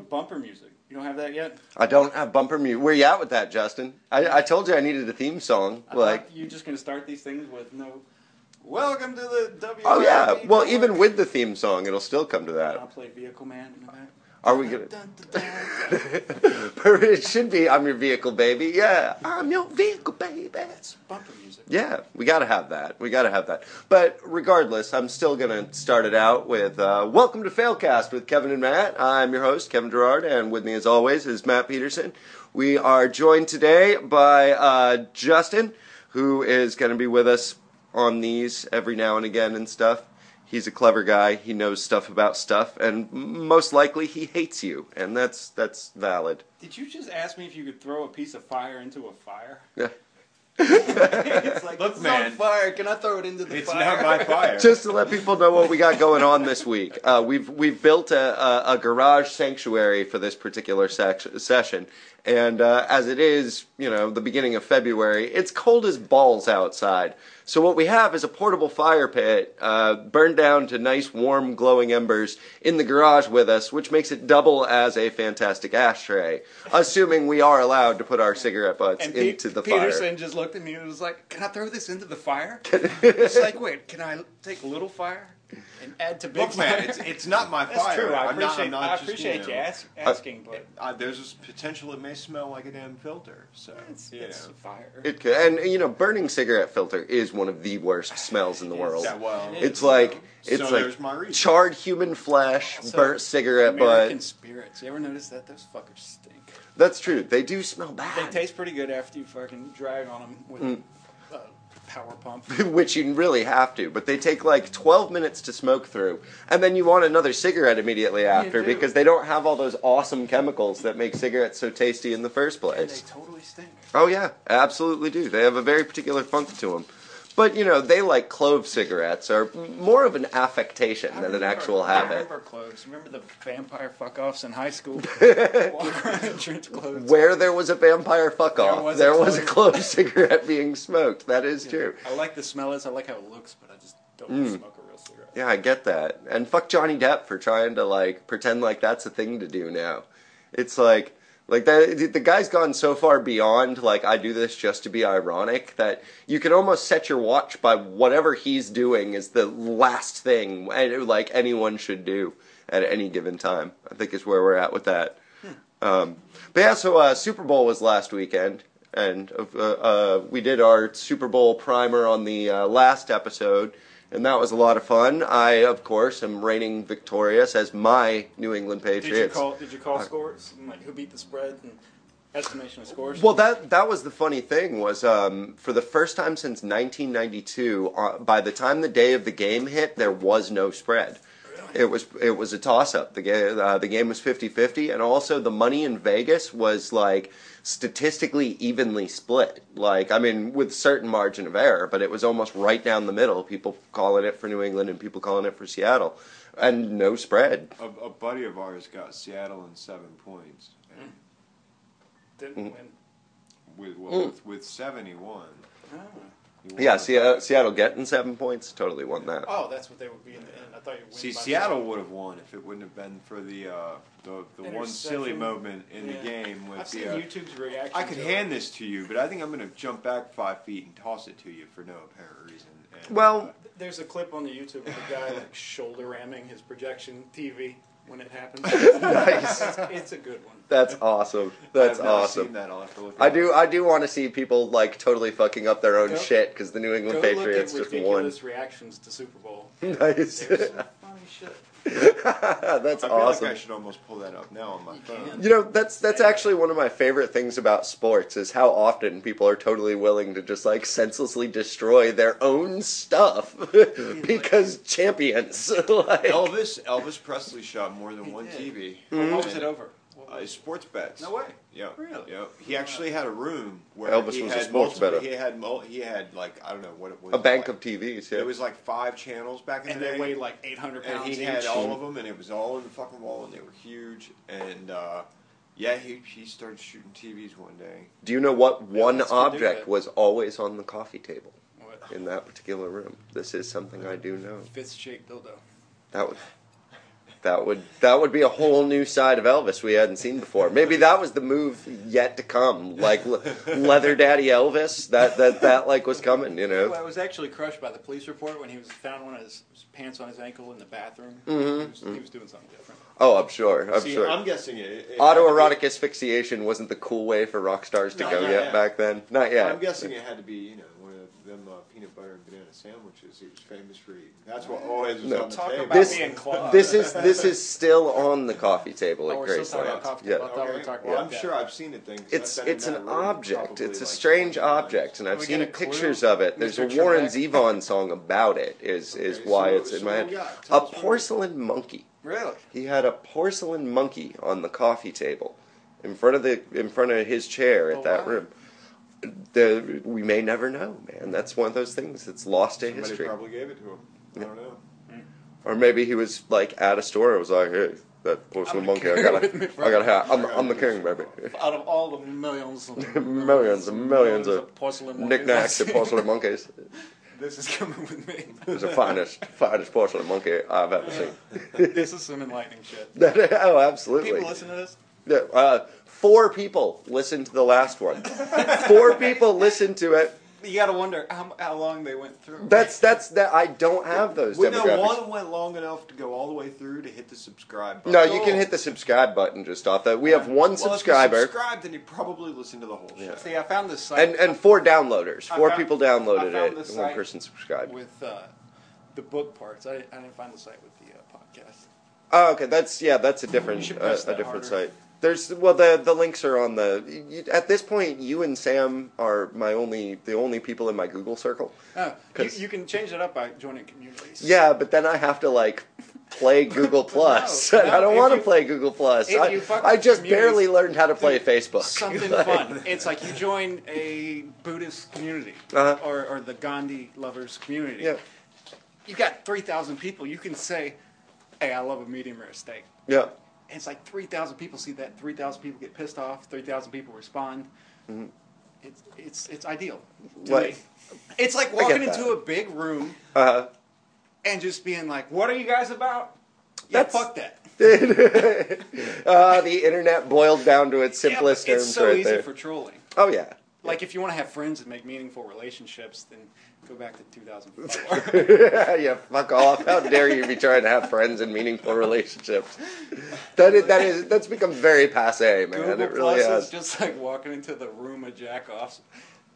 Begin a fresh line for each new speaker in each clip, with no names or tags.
bumper music. You don't have that yet?
I don't have bumper music. Where you at with that, Justin? I, I told you I needed a theme song.
I
Like,
thought you're just gonna start these things with no. Welcome to the W.
oh yeah. Well, even with the theme song, it'll still come to
I'll
that.
play Vehicle Man in the back.
Are we gonna?
Dun, dun, dun.
but it should be "I'm Your Vehicle, Baby." Yeah, I'm your vehicle, baby.
That's bumper music.
Yeah, we got to have that. We got to have that. But regardless, I'm still going to start it out with uh, Welcome to Failcast with Kevin and Matt. I'm your host, Kevin Gerard, and with me, as always, is Matt Peterson. We are joined today by uh, Justin, who is going to be with us on these every now and again and stuff. He's a clever guy. He knows stuff about stuff, and m- most likely he hates you, and that's that's valid.
Did you just ask me if you could throw a piece of fire into a fire?
Yeah.
it's like
Look,
it's on
man.
fire. Can I throw it into the
It's
fire?
not my fire.
Just to let people know what we got going on this week, uh, we've we've built a, a, a garage sanctuary for this particular sec- session, and uh, as it is, you know, the beginning of February, it's cold as balls outside. So what we have is a portable fire pit uh, burned down to nice, warm, glowing embers in the garage with us, which makes it double as a fantastic ashtray, assuming we are allowed to put our cigarette butts
and Pe-
into the
Peterson
fire.
just looked at me and was like, "Can I throw this into the fire?" it's like, wait, can I take little fire and add to big
Look, man,
fire?
it's it's not my fire.
That's true. I
I'm not- I'm
appreciate,
not
I
just,
appreciate
know,
you ask, asking, but
uh, there's this potential it may smell like a damn filter. So
it's,
you
it's
know.
fire.
It could, and you know, burning cigarette filter is one of the worst smells in the world.
Yeah, well,
It's like
So
it's
there's my
like
reason.
charred human flesh,
Also,
burnt cigarette
American
butt.
spirits. You ever notice that those fuckers stink?
That's true. They do smell
They
bad,
taste pretty good after you fucking drag on them with
Mm.
a power pump.
which you really have to. But they take like 12 minutes to smoke through, and then you want another cigarette immediately after
do.
because they don't have all those awesome chemicals that make cigarettes so tasty in the first
And
place.
they totally stink.
Oh yeah, absolutely do. They have a very particular funk to them. But you know, they like clove cigarettes are more of an affectation
I
than an
remember-
actual
I
habit.
Remember clothes? Remember the vampire fuck offs in high school? Walk around in trench clothes.
Where there was a vampire fuck
There
off,
was a
there was a
clove.
clove cigarette being smoked. That is true.
I like the smell is. I like how it looks, but I just don't
Mm.
smoke a real cigarette.
Yeah, I get that. And fuck Johnny Depp for trying to like pretend like that's a thing to do now. It's like like that the guy's gone so far beyond like I do this just to be ironic that you can almost set your watch by whatever he's doing is the last thing eh, like anyone should do at any given time. I think is where we're at with that. Um, but yeah, so uh, Super Bowl was last weekend, and uh, uh, we did our Super Bowl primer on the uh, last episode, and that was a lot of fun. I, of course, am reigning victorious as my New England
Did you
Patriots.
call? Did you call scores? And like who beat the spread and estimation of scores?
Well, that that was the funny thing was um, for the first time since 1992. Uh, by the time the day of the game hit, there was no spread. It was it was a toss up. The game uh, the game was 50-50 and also the money in Vegas was like statistically evenly split. Like I mean with certain margin of error, but it was almost right down the middle. People calling it for New England and people calling it for Seattle and no spread.
a, a buddy of ours got Seattle in seven points and
didn't
Mm.
win.
with, well,
Mm.
with with seventy one.
Oh.
Yeah, Se- Seattle getting 7 points totally won that.
Oh, that's what they would be in the end. I thought you win.
See,
by
Seattle would have won if it wouldn't have been for the uh, the, the one silly
Interception.
moment in
Yeah.
the game with
I've
the.
seen
uh,
YouTube's reaction.
I could
to
hand
it.
this to you, but I think I'm going to jump back five feet and toss it to you for no apparent reason. And, uh,
Well,
There's a clip on the YouTube of a guy like shoulder ramming his projection TV when it happens.
Nice.
It's, it's a good one.
That's awesome.
uh,
That's
I've not
awesome.
Seen that. I'll have to look
I
it
do.
up.
I do want to see people like totally fucking up their own
Go-
shit 'cause shit because the New
Go
England
look at
Patriots just won.
ridiculous reactions to Super Bowl.
Nice.
There's some funny shit.
that's
I feel
awesome.
like I should almost pull that up now on my
You
phone.
can.
you know, that's that's actually one of my favorite things about sports is how often people are totally willing to just like senselessly destroy their own stuff because champions. like,
Elvis Elvis Presley shot more than
He
one
did.
TV.
Hmm.
What was it over? What
Uh,
was-
sports bets.
No way.
Yeah.
Really?
Yeah. He actually had a room where
Elvis
he
was a
had
sports bettor.
multiple- He had mul- he had like I don't know what it was.
a bank
like-
of TVs. Yeah.
It was like five channels back in
and
the day.
they weighed like 800
and
pounds
he
each.
had all of them, and it was all in the fucking wall, and they were huge. And uh, yeah, he he started shooting TVs one day.
Do you know what one
let's go do
object
that.
was always on the coffee table
What?
in that particular room? This is something I do know.
Fist shaped dildo.
That would That would that would be a whole new side of Elvis we hadn't seen before. Maybe that was the move yet to come, like le- leather daddy Elvis. That that that like was coming, you
Well, I
know.
was actually crushed by the police report when he was found one of his pants on his ankle in the bathroom.
Mm-hmm.
He, was, he was doing something different.
Oh, I'm sure. I'm
See,
sure.
I'm guessing it. it
Autoerotic asphyxiation wasn't the cool way for rock stars to
No,
go
not
yet
yet.
back then. Not yet.
I'm guessing it had to be, you know, one of them uh, peanut butter and banana sandwiches he was famous for eating. That's what always was
No.
on the
Talk
table.
about
This-
being clawed.
this is this is still on the coffee table at
Oh, we're still talking about
Graceland.
coffee
Yeah.
table. thought we were talking
well,
about
I'm
that.
sure I've seen it. Then 'cause
It's
I've been in
it's
that
an
room
object.
probably,
It's a
like,
strange
20 times.
object, and I've
we get
seen
a clue,
pictures of it. There's a
Mr.
Warren
Trebek?
Zevon song about it. Is is
Okay,
why
so-
it's in
so
my
what
head.
we got? Tell
A
us what we got.
porcelain monkey.
Really?
He had a porcelain monkey on the coffee table, in front of the in front of his chair at
Oh,
that
wow.
room. The, we may never know, man. That's one of those things that's lost to
Somebody
history.
probably gave it to him. I don't know.
Or maybe he was like at a store and was like, "Hey, that
I'm
porcelain
the
monkey, I
king
gotta,
with me,
I
bro."
gotta have, I'm, I'm the king, baby."
Out of all the millions and
Millions and millions of
porcelain monkeys I've
Knickknacks and
seen,
porcelain monkeys.
This is coming with me.
It's the finest, finest porcelain monkey I've ever seen.
this is some enlightening shit.
oh, absolutely.
People listen to this?
Yeah, uh, four people listened to the last one. four people listened to it.
You gotta wonder how, how long they went through.
That's that's that. I don't have those
Well, no,
demographics.
one went long enough to go all the way through to hit the subscribe button.
No, you
Oh.
can hit the subscribe button just off that. We have one
well, If you
subscriber
subscribed, then you probably listened to the whole show.
See, I found this site
and and four downloaders.
I
Four
found-
people
I
downloaded
found
it.
this
and One
site
person subscribed.
with uh, the book parts. I, I didn't find the site with the uh, podcast.
Oh, okay. That's yeah. That's a different
should
uh,
press
a
that
different
harder.
site. There's well the the links are on the. You, at this point, you and Sam are my only the only people in my Google circle.
Oh, you,
'Cause-
you can change it up by joining communities.
Yeah, but then I have to like play Google Plus,
no,
and I don't
if
want to
you-
play Google Plus.
if
I,
you fuck
I
with
just
communities,
barely learned how to play Facebook.
Something
Like,
fun. It's like you join a Buddhist community
Uh-huh.
or, or the Gandhi lovers community.
Yeah,
You got 3,000 people. You can say, hey, I love a medium rare steak.
yeah.
And it's like 3,000 people see that. 3,000 people get pissed off. 3,000 people respond.
Mm-hmm.
It's, it's, it's ideal. To me.
Like-
It's like walking
that.
into a big room
Uh,
and just being like, what are you guys about? Yeah,
That's-
fuck that.
uh, the internet boiled down to its
Yeah, but
simplest terms
it's so
right
easy
there.
for trolling.
oh yeah.
Like if you want to have friends and make meaningful relationships, then go back to 2004.
yeah, fuck off! How dare you be trying to have friends and meaningful relationships? That is, that is that's become very passe, man.
Google
it really
Plus is
has.
just like walking into the room of jack offs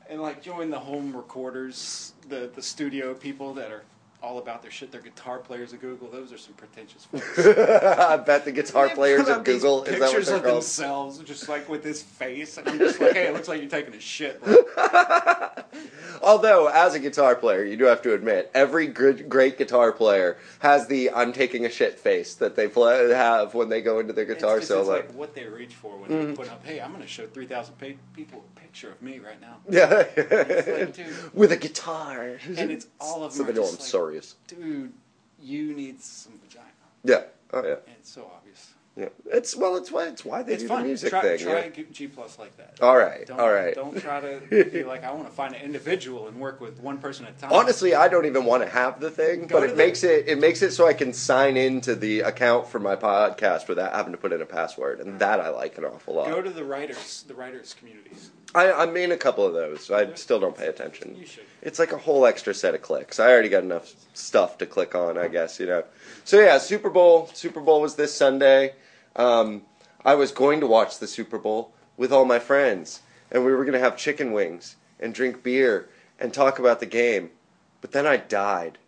and like join the home recorders, the the studio people that are all about their shit. They're guitar players at Google. Those are some pretentious. Folks.
I bet the guitar
They
players
put
of
up these
Google is that what
pictures
they're
of
called?
themselves, just like with this face, and I'm just like, hey, it looks like you're taking a shit. Like,
Although, as a guitar player, you do have to admit, every good, great guitar player has the "I'm taking a shit" face that they play, have when they go into their guitar
it's, just- it's
solo. Mm-hmm.
like what they reach for when they put up, hey, I'm going to show 3,000 pa- people a picture of me right now. It's
yeah,
like, dude,
with a guitar,
And it's all of
so
them
they
are
know
just
I'm
like-
serious.
dude, you need some vagina.
Yeah, oh yeah,
And it's so obvious.
yeah. It's well, it's why it's why they
it's
do
fun.
the music
try
thing.
try
yeah.
to get G plus like that.
All right,
Don't,
all right.
Don't try to be like I want to find an individual and work with one person at a time.
Honestly, I don't even want to have the thing,
Go
but
to
it
the-
makes it it makes it so I can sign into the account for my podcast without having to put in a password, and that I like an awful lot.
go to the writers, the writers communities.
I, I'm in a couple of those. I still don't pay attention.
You should.
It's like a whole extra set of clicks. I already got enough stuff to click on, I guess, you know. So yeah, Super Bowl. Super Bowl was this Sunday. Um, I was going to watch the Super Bowl with all my friends, and we were going to have chicken wings and drink beer and talk about the game. But then I died.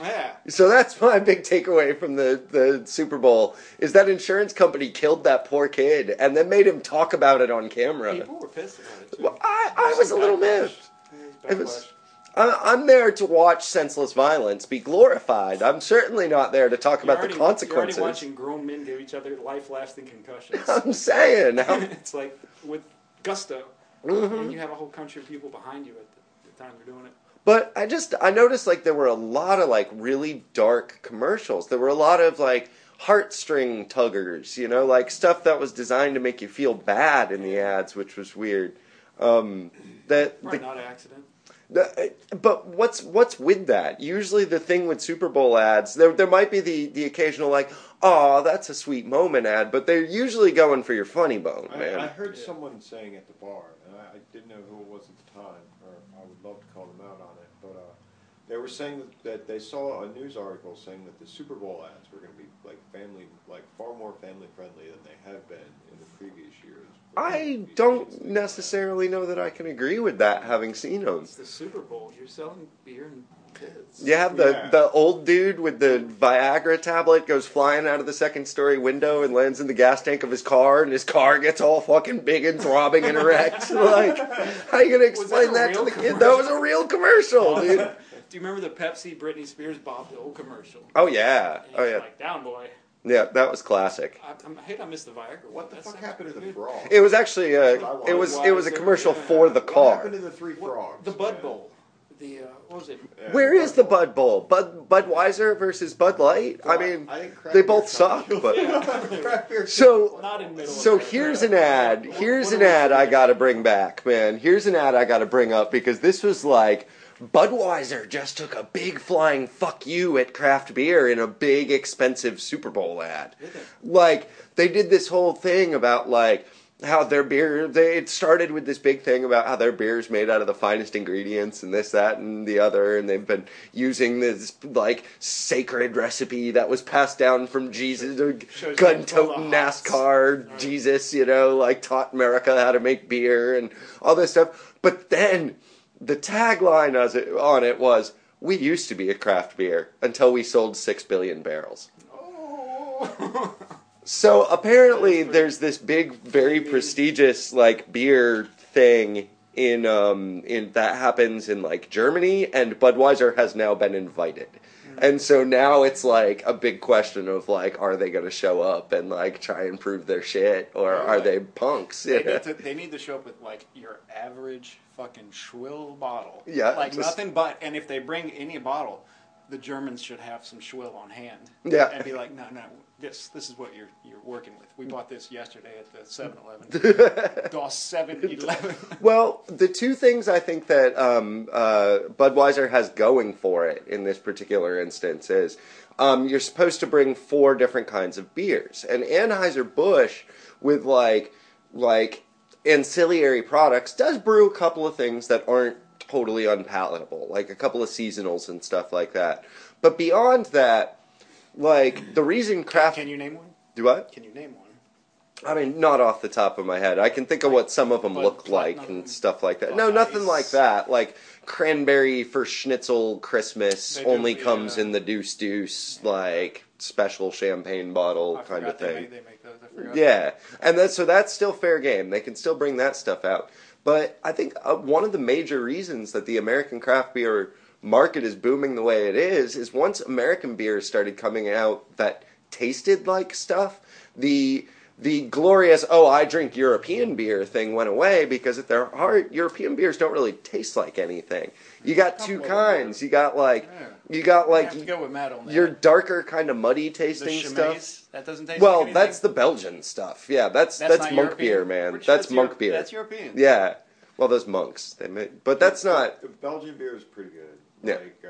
Yeah.
So that's my big takeaway from the, the Super Bowl is that insurance company killed that poor kid and then made him talk about it on camera.
People were pissed about it too.
Well, I, I was a little miffed. It was.
Backlash.
I- I'm there to watch senseless violence be glorified. I'm certainly not there to talk
You're
about
already-
the
You're already
consequences.
watching grown men give each other life-lasting concussions.
I'm saying, I'm-
it's like with gusto,
Mm-hmm.
and you have a whole country of people behind you at the, the time you're doing it.
but I just I noticed like there were a lot of like really dark commercials. There were a lot of like heartstring tuggers, you know, like stuff that was designed to make you feel bad in the ads, which was weird. Um, that
Probably
the,
not an accident.
But what's what's with that? Usually, the thing with Super Bowl ads, there there might be the the occasional like, oh, that's a sweet moment ad, but they're usually going for your funny bone,
I,
man.
I heard
Yeah.
someone saying at the bar, and I, I didn't know who it was at the time, or I would love to call them out on it, but uh, they were saying that, that they saw a news article saying that the Super Bowl ads were going to be like family, like far more family friendly than they have been in the previous years.
I don't necessarily know that I can agree with that, having seen them.
It's the Super Bowl. You're selling beer and kids.
You have the,
Yeah.
the old dude with the Viagra tablet goes flying out of the second story window and lands in the gas tank of his car, and his car gets all fucking big and throbbing and erect. like, how you gonna explain
that a
that,
real
to the kid? That was
commercial?
a real commercial, dude.
Do you remember the Pepsi Britney Spears Bob Dole commercial?
Oh yeah,
And
oh
he's
yeah,
Like down, boy.
yeah. That was classic.
I, I'm, I hate I missed the Viagra.
What the
That
fuck
sounds
happened to
pretty
the
good.
frog?
It was actually a, it was it was a commercial for the
What
car.
happened to the three
What-
frogs?
The Bud
man?
Bowl. The uh, what was it?
Yeah,
Where is the
Bud Bowl.
Bud Bowl? Bud Budweiser versus Bud Light. I mean, they both suck, but
Craft beer
so
Not in middle.
So
America.
here's an ad. Here's an ad I got to bring back, man. Here's an ad I got to bring up because this was like Budweiser just took a big flying fuck you at craft beer in a big expensive Super Bowl ad. Like they did this whole thing about like how their beer they it started with this big thing about how their beer is made out of the finest ingredients and this that and the other and they've been using this like sacred recipe that was passed down from Jesus
Shows
gun
you all the
toting
hops.
NASCAR
Right.
Jesus you know like taught America how to make beer and all this stuff but then the tagline as it, on it was we used to be a craft beer until we sold 6 billion barrels
Oh.
so
That's
apparently,
pretty-
there's this big, very
Maybe.
prestigious like beer thing in um in that happens in like Germany, and Budweiser has now been invited. And so now it's like a big question of like, are they going to show up and like try and prove their shit, or are
Right.
they punks?
they,
Yeah.
need to, they need to show up with like your average fucking Schwill bottle.
Yeah,
like
just-
nothing but. And if they bring any bottle, the Germans should have some Schwill on hand.
Yeah.
and be like, no, no, this this is what you're you're working with. We bought this yesterday at the 7-Eleven. DOS 7-Eleven.
Well, the two things I think that um, uh, Budweiser has going for it in this particular instance is um, you're supposed to bring four different kinds of beers, and Anheuser Busch with like like ancillary products does brew a couple of things that aren't totally unpalatable, like a couple of seasonals and stuff like that. But beyond that, like the reason craft
Can you name one?
do what?
Can you name one?
I mean, not off the top of my head. I can think of what some of them
But
look like
platinum
and stuff like that.
Bud
No, nothing
Ice.
like that. Like cranberry for schnitzel Christmas
They do, uh,
only
yeah.
comes in the deuce deuce like special champagne bottle
I
kind
forgot
of
they
thing.
Make, they make those. I forgot.
Yeah, and that so that's still fair game. They can still bring that stuff out. But I think uh, one of the major reasons that the American craft beer market is booming the way it is is once American beers started coming out that tasted like stuff, the the glorious oh I drink European beer thing went away because at their heart European beers don't really taste like anything. You got two
Couple of them.
kinds. You got like
Yeah.
you got
I
like
have to go with Matt on that.
your darker kind of muddy
the
tasting stuff.
Chimay, that doesn't taste.
Well,
like anything.
that's the Belgian stuff. Yeah, that's that's,
not
monk
European.
beer, man.
Pretty sure
that's monk
Euro-
beer.
That's European.
Yeah. Well, those monks. They made, but that's not
The Belgian beer is pretty good.
Yeah.
Like,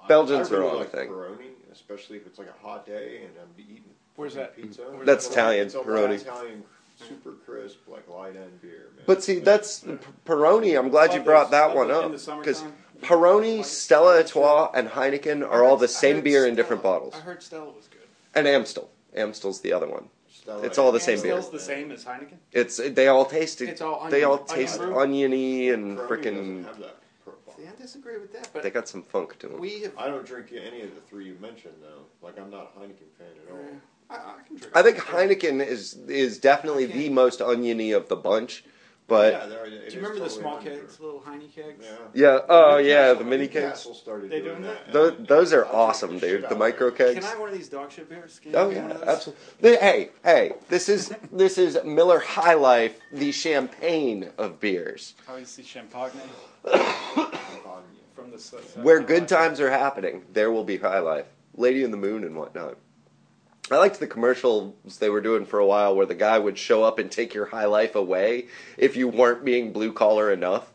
uh,
Belgians
I really
are all the
like
thing.
Peroni, especially if it's like a hot day and I'm eating.
Where's that?
Pizza.
Where's
That's
It's
Italian,
it's a
Peroni.
Italian, super crisp, like light end beer. Man.
But see, that's P- Peroni. I'm glad you
Love those-
brought that
love
one
those
up
in the summertime.
because Peroni, Stella Artois, and Heineken are all
I
the
heard- I
same
heard
beer in
Stella-
different bottles,
I heard Stella was good.
and Amstel. Amstel's the other one.
Stella
it's all the
Ale.
same beer.
Amstel's the same as Heineken.
It's they all taste
It's all onion-
they all
onion
taste
brew.
oniony and
Peroni doesn't
freaking.
have that profile.
See, I disagree with that,
They
but
got some funk to them.
we have.
I don't drink any of the three you mentioned, though. Like, I'm not a Heineken fan at all.
I, I can drink.
I think Heineken is is definitely the most oniony of the bunch, but
yeah, there, it
Do
is
you remember the
totally
small
an
kegs, little Heine
underdog.
kegs?
Yeah.
Yeah. Oh, yeah. The
Newcastle-
mini cakes.
Newcastle started
They
doing
doing
that.
that?
Those,
and
those
I
are
took
awesome,
the shit
dude.
out
The
of
micro
it.
cakes.
Can I have one of these dog shit beers? Can you
Oh
give me one
yeah,
of those?
absolutely. Hey, hey. This is this is Miller High Life, the champagne of beers,
I always see champagne
Champagne.
from the south. side.
where good times are happening. There will be high life, Lady in the Moon, and whatnot. I liked the commercials they were doing for a while, where the guy would show up and take your high life away if you weren't being blue collar enough.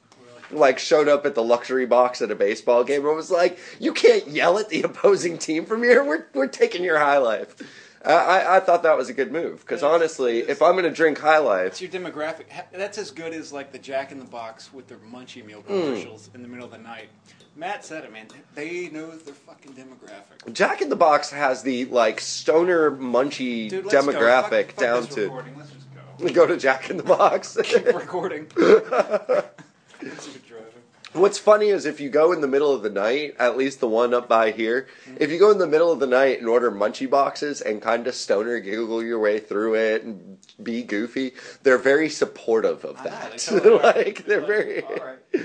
Really?
like showed up at the luxury box at a baseball game and was like, "You can't yell at the opposing team from here. We're we're taking your high life." I I, I thought that was a good move because
Yeah,
honestly,
it is.
if I'm gonna drink high
It's
life,
your demographic. Ha- That's as good as like the Jack in the Box with their Munchie Meal
Hmm.
commercials in the middle of the night. Matt said it, man. They know their fucking demographic.
Jack in the Box has the like stoner munchy
Dude, let's go. Fuck-
demographic
fuck
down
this
to.
recording. Let's just go.
Go to Jack in the Box.
Keep recording. Let's keep driving.
What's funny is if you go in the middle of the night, at least the one up by here, if you go in the middle of the night and order munchie boxes and kind of stoner giggle your way through it and be goofy, they're very supportive of
I know,
that.
they totally are.
like they're very
All right.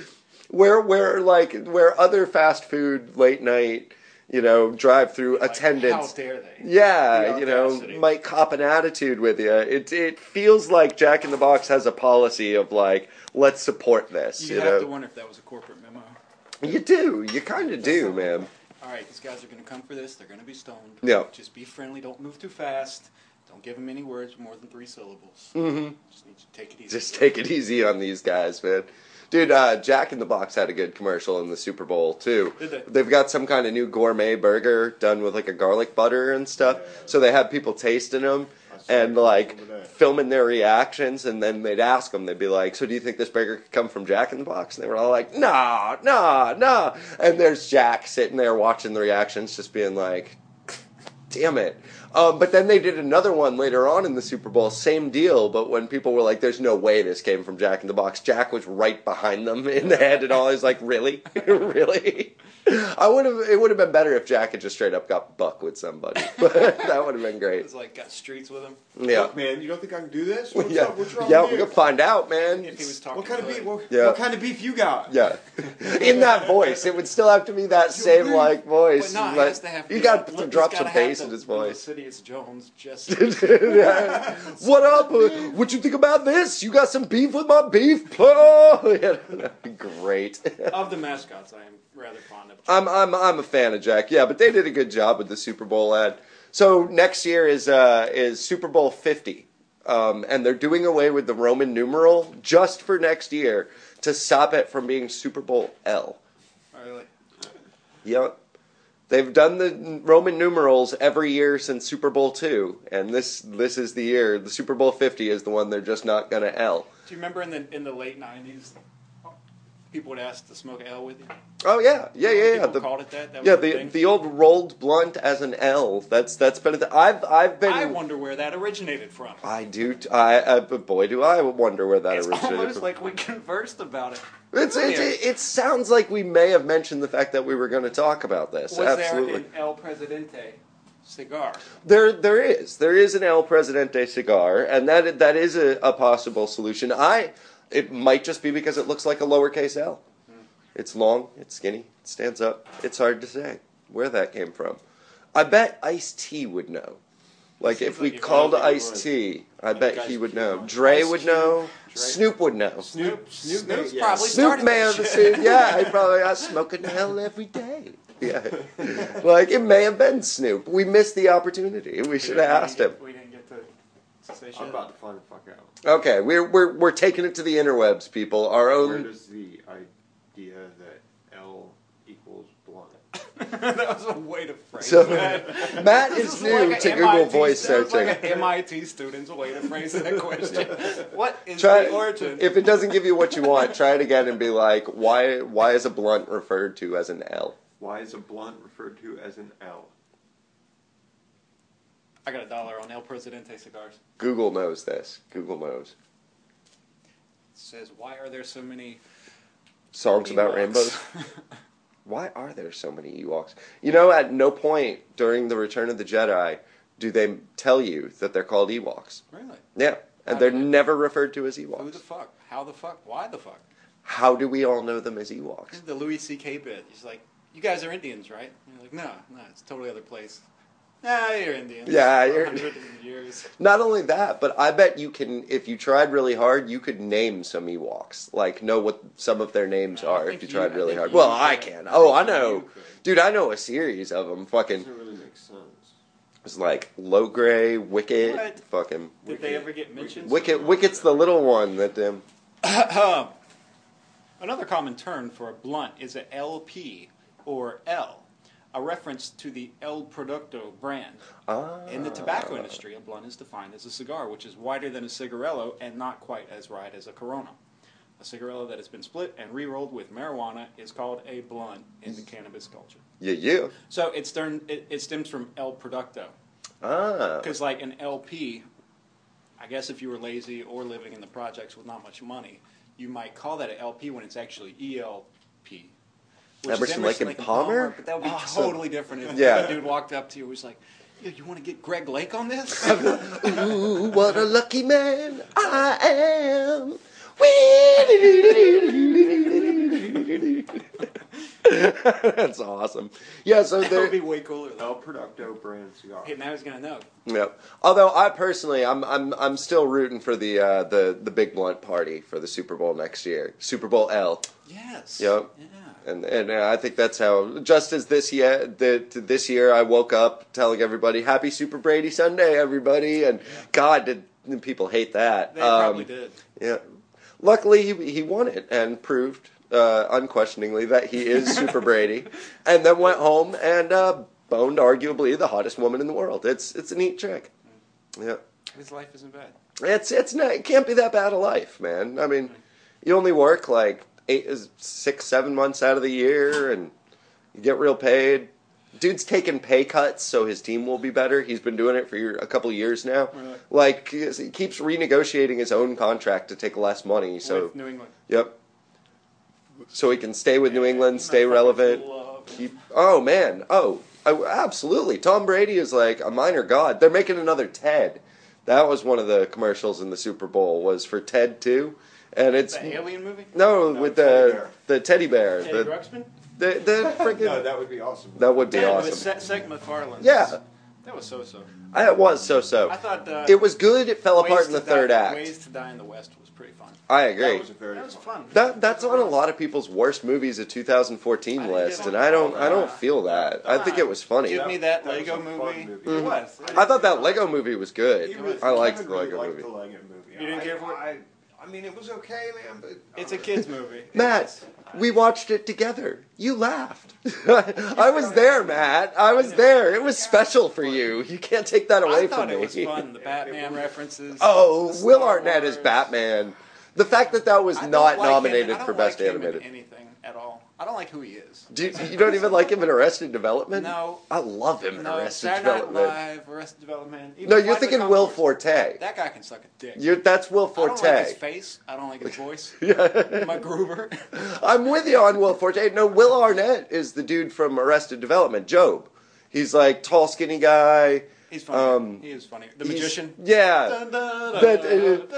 where where like where other fast food late night, you know, drive through
Like,
attendants
How dare they?
yeah,
The
you know,
audacity.
might cop an attitude with you. It it feels like Jack in the Box has a policy of like, let's support this.
You
You,
would have
know,
to wonder if that was a corporate memo.
you do. You kind of do, man.
All right, these guys are going to come for this. They're going to be stoned.
Yeah.
Just be friendly. Don't move too fast. Don't give them any words more than three syllables.
Mhm.
Just need to take it easy.
Just take it easy on these guys, man. Dude, uh, Jack in the Box had a good commercial in the Super Bowl too.
Did they?
They've got some kind of new gourmet burger done with like a garlic butter and stuff.
Yeah.
So they have people tasting them.
I saw
and
that
like
over there.
filming their reactions, and then they'd ask them, they'd be like, "So do you think this burger could come from Jack in the Box?" And they were all like, "Nah, nah, nah." And there's Jack sitting there watching the reactions, just being like, "Damn it." Um, but then they did another one later on in the Super Bowl, same deal. But when people were like, "There's no way this came from Jack in the Box," Jack was right behind them in the head, and all. He's like, "Really, really." I would have. It would have been better if Jack had just straight up got buck with somebody. that would have been great.
It's like got streets with him.
Yeah.
Look, man, you don't think I can do this? What's
yeah,
up? What's wrong
yeah,
with
we
you?
can find out, man.
If he was talking
What kind of
good.
beef? What,
Yeah.
what kind of beef you got?
yeah, in that voice, it would still have to be that same
leave.
like voice.
But no, he
like,
has to have.
you
the-
got to
he's
drop
gotta
some
have
bass
the-
in his
The
voice.
city is Jones. Just
Yeah. What up? What you think about this? You got some beef with my beef? Oh, yeah, that'd be great.
of the mascots, I am rather fond of.
I'm I'm I'm a fan of Jack. Yeah, but they did a good job with the Super Bowl ad. So next year is uh is Super Bowl 50. Um, and they're doing away with the Roman numeral just for next year to stop it from being Super Bowl L.
I really-
Yep. They've done the Roman numerals every year since Super Bowl 2 and this this is the year the Super Bowl 50 is the one they're just not going to L.
Do you remember in the in the late nineties, people would ask to smoke L with you?
Oh yeah. Yeah, yeah, yeah.
People
The-
called it that. that was
yeah,
the,
the
thing.
the old rolled blunt as an L. That's that's been a th- I've I've been
I wonder where that originated from.
I do. T- I, I but boy, do I wonder where that
It's
originated
almost
from.
like we conversed about it.
it's, it's,
Weird.
it, it sounds like we may have mentioned the fact that we were going to talk about this.
Was
Absolutely,
there an El Presidente cigar?
there there is there is an El Presidente cigar, and that that is a, a possible solution. I it might just be because it looks like a lowercase L. It's long, it's skinny, it stands up. It's hard to say where that came from. I bet Ice T would know. Like
Seems
if we
like if
called
anybody
Ice
would.
T, I
Like
bet
Ice
he would
Cube,
know.
Ice
Dre
Cube,
would know.
Dre.
Snoop would know.
Snoop, Snoop,
Snoop's
yeah.
probably-
Snoop
started that
Man of the
shit.
suit. Yeah, he probably I smoke in hell every day. Yeah, like it may have been Snoop. We missed the opportunity. We should have asked him.
We didn't get to say shit.
I'm about to find the fuck out.
Okay, we're we're we're taking it to the interwebs, people. Our
Where
own.
does the idea that L equals blunt?
that was a way to phrase
So-
that.
Matt
This
is new
like a
to Google
MIT
voice
sounds
searching.
Like a MIT student's way to phrase that question. What is
Try,
the origin?
if it doesn't give you what you want, try it again and be like, why why is a blunt referred to as an L?
Why is a blunt referred to as an L?
I got a dollar on El Presidente cigars.
Google knows this. Google knows.
It says, why are there so many
Songs about
Ewoks?"
rainbows. why are there so many Ewoks? You know, at no point during the Return of the Jedi do they tell you that they're called Ewoks.
really?
Yeah, and
How
they're
do they-
never referred to as
Who the
Ewoks.
fuck? How the fuck? Why the fuck?
How do we all know them as
This
Ewoks?
is the Louis C.K. bit. He's like, you guys are Indians, right? And you're like, no, no, it's a totally other place. Nah, you're Indians.
Yeah,
For
you're-
hundreds of years.
Not only that, but I bet you can, if you tried really hard, you could name some Ewoks. Like, know what some of their names
I
are
think
if you
you-
tried
I
really
think
hard.
you
Well,
could.
I can.
I
Oh, I
think you
know.
could.
Dude, I know a series of them. Fucking,
Doesn't really make sense.
it's like Low Gray, Wicket,
What?
fucking.
Did they ever get mentioned?
Wicket, Wicket's the little one that, um,
Ahem. Another common term for a blunt is a LP or L, a reference to the El Producto brand.
Ah.
In the tobacco industry, a blunt is defined as a cigar which is wider than a cigarillo and not quite as wide as a corona. A cigarillo that has been split and re-rolled with marijuana is called a blunt in the cannabis culture.
Yeah, yeah.
So it, stern, it, it stems from El Producto,
Ah.
because like an LP, I guess if you were lazy or living in the projects with not much money, you might call that an LP when it's actually ELP. which is
Emerson, Lake, and Palmer?
but that would be
Awesome.
totally different if
Yeah.
a dude walked up to you and was like, Yo, you want to get Greg Lake on this?
Ooh, what a lucky man I am. Whee! That's awesome. Yeah, so
that would be
there.
way cooler though.
El Producto brand cigar.
Hey, now he's gonna know.
Yep. Although I personally, I'm I'm I'm still rooting for the uh, the the big blunt party for the Super Bowl next year. Super Bowl L.
Yes.
Yep.
Yeah.
And and uh, I think that's how. Just as this year, the, to this year, I woke up telling everybody "Happy Super Brady Sunday, everybody!" And God, did people hate that?
They
Um,
probably did.
Yeah. Luckily, he, he won it and proved uh, unquestioningly that he is Super Brady, and then went home and uh, boned arguably the hottest woman in the world. It's it's a neat trick. Yeah.
His life isn't bad.
It's it's not, it can't be that bad a life, man. I mean, you only work like eight, six, seven months out of the year, and you get real paid. Dude's taking pay cuts so his team will be better. He's been doing it for a couple years now.
Right.
Like he keeps renegotiating his own contract to take less money. So
With New England.
yep. So he can stay with New England, stay
Motherfuckers
relevant.
love him.
Keep. Oh man. Oh, I- absolutely. Tom Brady is like a minor god. They're making another Ted. That was one of the commercials in the Super Bowl was for Ted too, and it's
The Alien movie.
no,
No,
with
teddy
the
bear.
the teddy bear.
Teddy
the
Ruxpin.
the, the freaking
No,
that,
that would be awesome.
would be
yeah,
awesome.
With Se- Seg MacFarlane.
Yeah.
That was so-so.
I, it was so so.
I thought uh,
It was good. It fell
Ways
apart in
to
the third
Die-
act.
Ways to Die in the West was pretty fun.
I
That
agree.
was a very
That was fun.
That that's on a lot of people's worst movies of
I
2014
didn't get
list,
on
and I don't I don't
that.
feel that. I think it was funny. Mm-hmm.
Give me that,
That- that was
Lego
a fun
movie.
movie.
It
Mhm.
was.
I thought that Lego movie was good.
It was-
I liked the
Kevin really
Lego
liked
movie.
the Lego movie.
You didn't
I-
care for it?
I, I mean, it was okay, man, but
It's a kids movie.
Matt, we watched it together. You laughed. I was there, Matt. I was there. It was special for you. You can't take that
I
away
thought
from
it was
me.
fun. The Batman references.
Oh,
the Star
Will Arnett is
Wars.
Batman. The fact that that was
I don't
not
like him- I
nominated
don't
for
like
Best
him in
Animated.
anything at all. I don't like who he is.
Do you, you don't even like him in Arrested Development?
No.
I love him in
No,
Arrested
Saturday Night
Development.
Live, Arrested Development. even
No, you're
Flight of the
thinking Will
Conchords.
Forte.
That guy can suck a dick.
You're, that's Will Forte.
I don't like his face. I don't like his voice. MacGruber.
I'm with you on Will Forte. No, Will Arnett is the dude from Arrested Development, Job. He's like tall, skinny guy.
He's funny.
Um,
he is funny. The
He's-
magician.
Yeah. That-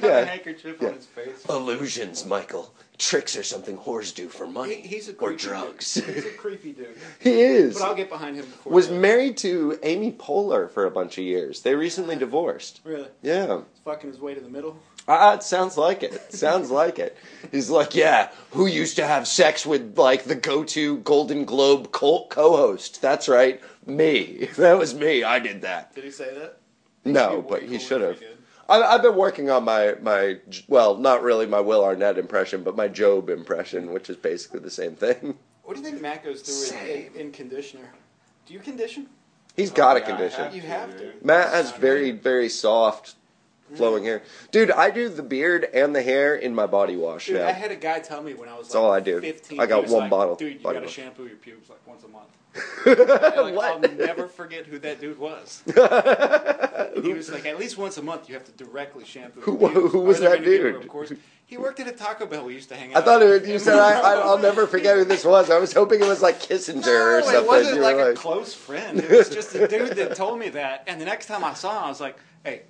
yeah.
Handkerchief on his face.
Illusions, Michael. Tricks or something whores do for
He,
money
he's a
or
creepy
drugs.
Dude. He's a creepy dude.
he is.
But I'll get behind him before.
Was
that.
married to Amy Poehler for a bunch of years. They recently divorced.
really
Yeah.
fucking his way to the middle.
Ah, it sounds like it. Sounds like it. He's like, yeah, who used to have sex with like the go-to Golden Globe co- co-host? That's right, me. That was me. I did that.
Did he say that?
No,
It'd be way
but he
cooler
should
if
have.
he did.
I- I've been working on my my well, not really my Will Arnett impression, but my Job impression, which is basically the same thing.
What do you think Matt goes through in, in, in conditioner? Do you condition?
He's got a
yeah, I
condition.
You Oh, have to.
dude.
Matt has very very soft flowing
Mm.
hair. Dude, I do the beard and the hair in my body wash
Dude,
now.
I had a guy tell me when I was
That's
like
all I do.
15,
I got
he was
one
like,
bottle-
Dude, you
body
gotta
wash.
shampoo your pubes like once a month. And, like, I'll never forget who that dude was. And he was like, at least once a month you have to directly shampoo.
Who-
your pubes,
who
or
was
they're
that
gonna get
dude?
Of course, he worked at a Taco Bell. We used to hang out.
I thought it,
at.
you said I, I, I'll never forget who this was. I was hoping it was like Kissinger
No,
or something.
it wasn't
You were
like, a
like-
close friend. It was just a dude that told me that. And the next time I saw him, I was like, hey,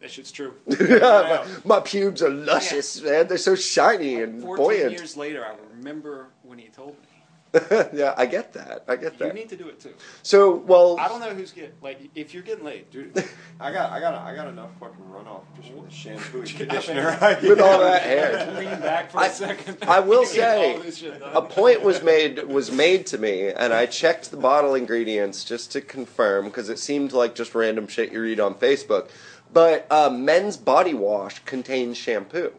that shit's true.
Yeah, my, my pubes are luscious, man. They're so shiny and
14
buoyant.
years later, I remember when he told me.
yeah, I get that. I get
You
that.
need to do it too.
so, well,
I don't know who's getting, like, if you're getting laid, dude.
I got, I got, I got enough fucking runoff just from the shampoo and conditioner. I get.
with all that hair,
lean back for
I-
a second.
I
Get all
will say,
this shit done.
a point was made was made to me, and I checked the bottle ingredients just to confirm because it seemed like just random um, shit you read on Facebook. But uh, men's body wash contains shampoo.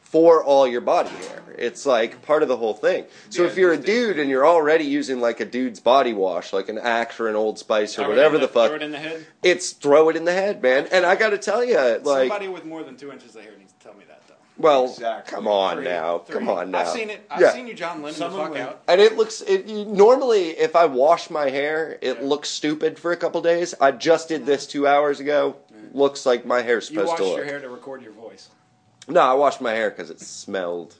for all your body hair. It's like part of the whole thing. So
Yeah,
if you're a
these days-
dude and you're already using like a dude's body wash, like an Axe or an Old Spice or
Throw it
whatever
in
the fuck,
Throw it in the head.
it's throw it in the head, man. And I got to tell you, like,
Somebody with more than two inches of hair needs to tell me that though.
well,
Exactly.
come on
Three-
now,
three.
come on now.
I've seen it. I've
Yeah.
seen you, John Lennon, the
Someone
fuck
with-
out.
And it looks it, you- normally if I wash my hair, it
Yeah.
looks stupid for a couple days. I just did this two hours ago. Looks like my hair's
You
supposed
washed
to look.
your hair to record your voice.
No, I washed my hair because it smelled,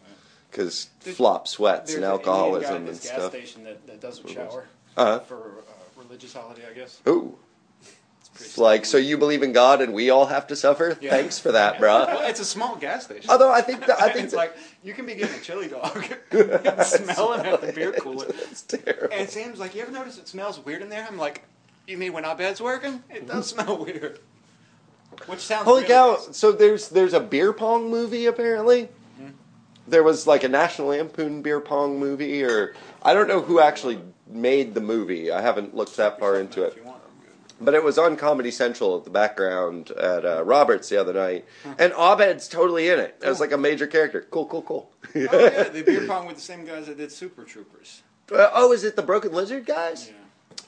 because
There-
flop sweats
There's
and
an Indian guy at
alcoholism and
this gas
stuff.
station that, that doesn't shower
Uh-huh.
for uh, religious holiday, I guess.
Ooh,
It's pretty
it's like so
stupid.
you believe in God and we all have to suffer.
Yeah.
Thanks for that, bruh.
Well, it's a small gas station.
Although I think that, Uh-huh. I think
it's
that-
like you can be getting a chili dog, and smelling at the beer cooler.
it's terrible.
And Sam's like, "You ever notice it smells weird in there?" I'm like, "You mean when our bed's working? It does smell weird." Which sounds
Mm-hmm. Holy
really
cow!
racist.
So there's there's a beer pong movie apparently. There was like a National Lampoon beer pong movie, or I don't know who actually made the movie. I haven't looked that far into
If
it,
you want.
but it was on Comedy Central at the background at uh, Roberts the other night, and Abed's totally in it as like a major character. Cool, cool, cool.
Oh yeah, the beer pong with the same guys that did Super Troopers.
Uh, oh, is it the Broken Lizard guys?
Yeah.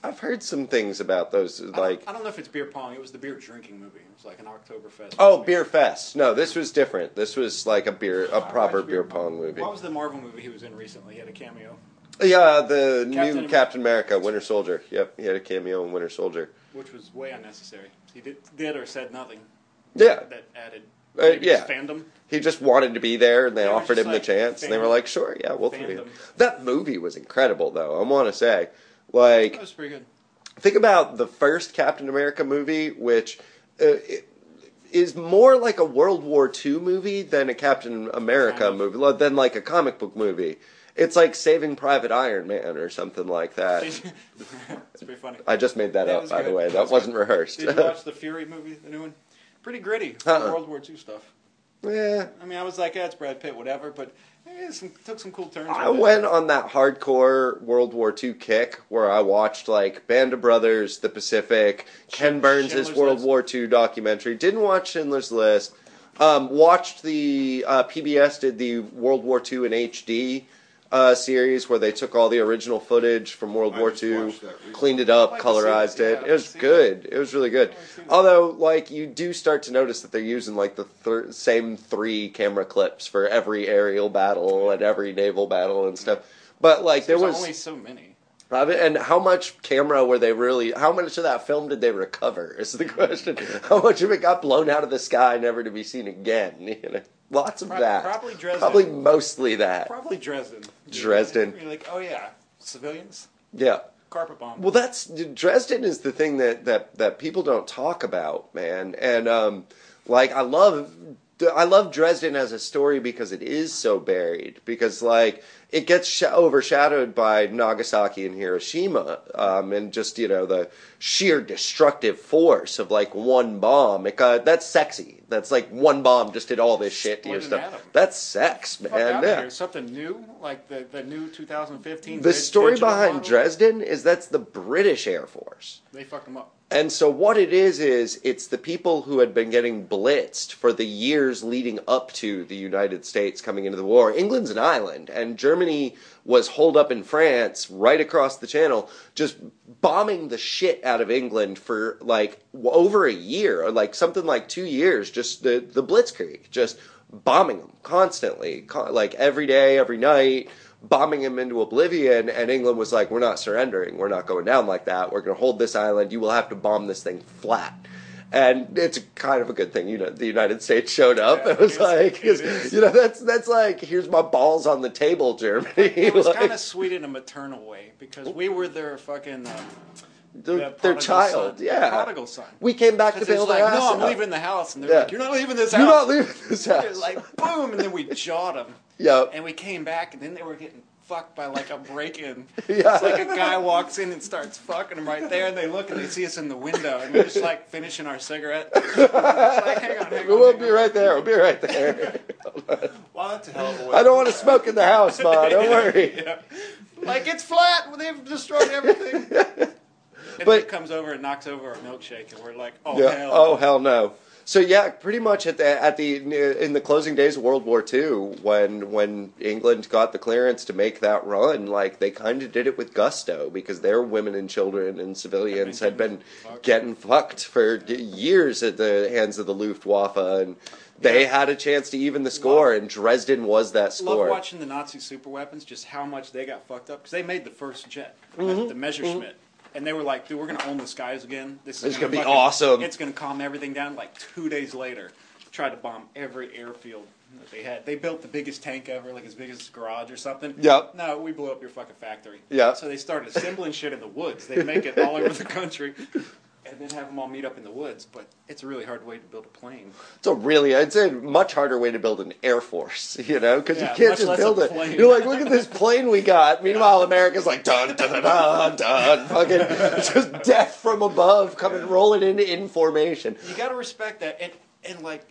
I've heard some things about those,
I don't-
like
I don't know if it's beer pong. It was the beer drinking movie. It was like an Oktoberfest.
oh,
movie.
Beer Fest. No, this was different. This was like a beer, a proper
beer
beer pong movie.
What was the Marvel movie he was in recently? He had a cameo.
Yeah, the new
Captain Amer-
Captain America, Winter Soldier. Yep, he had a cameo in Winter Soldier.
Which was way unnecessary. He did, did or said nothing
Yeah,
that added
Uh,
maybe
yeah.
just fandom.
he just wanted to be there, and they,
They were
offered
just
him
like,
the chance, and they were
fandom-
like, "Sure, yeah, we'll throw you."
fandom.
That movie was incredible, though. I want to say,
That
like,
was pretty good.
think about the first Captain America movie, which uh, it is more like a World War II movie than a Captain America
Kind of.
movie, like- than like a comic book movie. It's like Saving Private Iron Man or something like that.
it's pretty funny.
I just made that,
That
up,
was
by the
good.
way.
That
That
was
wasn't rehearsed.
Did you watch the Fury movie, the new one? Pretty gritty,
Uh-uh.
World War II stuff.
yeah.
I mean, I was like, that's Brad Pitt, whatever, but eh, some, took some cool turns.
I
with it.
went on that hardcore World War II kick where I watched like Band of Brothers, The Pacific, Ken Burns'
Schindler's
World
List.
War II documentary. Didn't watch Schindler's List. Um, watched the uh, PBS did the World War II in HD uh, series where they took all the original footage from World
I
War
just
II,
watched that recently.
cleaned it
I'd
up,
like to see
colorized
that.
it.
Yeah,
It
I'd
was
see that.
good. It was really good.
I'd like to see that.
Although, like, you do start to notice that they're using like the thir- same three camera clips for every aerial battle and every naval battle and stuff. But like, there
There's
was,
only so many.
I mean, and how much camera were they really? How much of that film did they recover? Is the question. How much of it got blown out of the sky, never to be seen again? You know, lots of
Prob-
that.
probably Dresden.
Probably mostly that.
Probably Dresden.
Dresden.
You're like, oh yeah, civilians,
Yeah.
carpet bomb.
Well, that's Dresden is the thing that that that people don't talk about, man. And um, like I love I love Dresden as a story because it is so buried. Because like it gets sh- overshadowed by Nagasaki and Hiroshima, um, and just you know the sheer destructive force of like one bomb. It got, that's sexy. That's like one bomb just did all this shit to your
Split an
stuff.
atom.
That's sex, man.
Fuck out
Yeah.
of here. Something new, like the, the new 2015.
The
dig-
story
digital
behind
model,
Dresden is that's the British Air Force.
They fucked them up.
And so what it is is it's the people who had been getting blitzed for the years leading up to the United States coming into the war. England's an island, and Germany was holed up in France, right across the Channel, just bombing the shit out of England for like w- over a year, or like something like two years. Just the the Blitzkrieg, just bombing them constantly, con- like every day, every night bombing him into oblivion, and England was like, "We're not surrendering. We're not going down like that. We're going to hold this island. You will have to bomb this thing flat." And it's kind of a good thing, you know. The United States showed up
Yeah,
and was
it is.
like,
It is.
you know, that's that's like, here's my balls on the table, Germany.
It was
Like,
kind of sweet in a maternal way because we were their fucking um,
their,
the
their
prodigal
child,
son,
yeah,
the prodigal son.
We came back to
Because it's
bail their
like,
ass
no, I'm
out.
leaving the house, and they're
Yeah.
like, you're not leaving this
You're
house.
not leaving this
They're
house.
Like boom, and then we jawed them.
Yep.
And we came back, and then they were getting fucked by like a break-in.
Yeah.
It's like a guy walks in and starts fucking them right there, and they look and they see us in the window, and we're just like finishing our cigarette. It's like, hang on, hang on.
We'll
hang
be
on.
right there. We'll be right there.
Well, that's a hell of a way
I don't want
put
to
that.
smoke in the house, Ma. Don't worry.
Yeah. Like it's flat. They've destroyed everything. And
But-
but, comes over and knocks over our milkshake, and we're like, "Oh
Yeah.
hell!"
Oh hell no. So yeah, pretty much at the at the in the closing days of World War II, when when England got the clearance to make that run, like they kind of did it with gusto because their women and children and civilians had been getting fucked for years at the hands of the Luftwaffe, and they had a chance to even the score, and Dresden was that
Love
score.
watching the Nazi superweapons, just how much they got fucked up because they made the first jet, the Me-
Mm-hmm.
the Messerschmitt, and they were like, "Dude, we're gonna own the skies again. This is
It's
gonna,
gonna be
fucking-
awesome."
It's gonna calm everything down." Like two days later, tried to bomb every airfield that they had. They built the biggest tank ever, like as big as a garage or something.
Yep.
No, we blew up your fucking factory.
Yep.
So they started assembling shit in the woods. They make it all over the country. And then have them all meet up in the woods, but it's a really hard way to build a plane.
It's a really, it's a much harder way to build an air force, you know, because
Yeah,
you can't
much
just
less a
build it.
plane.
You're like, look at this plane we got. Meanwhile, America's like, dun dun dun dun dun, fucking it's just death from above coming rolling in in formation.
you got to respect that, and and like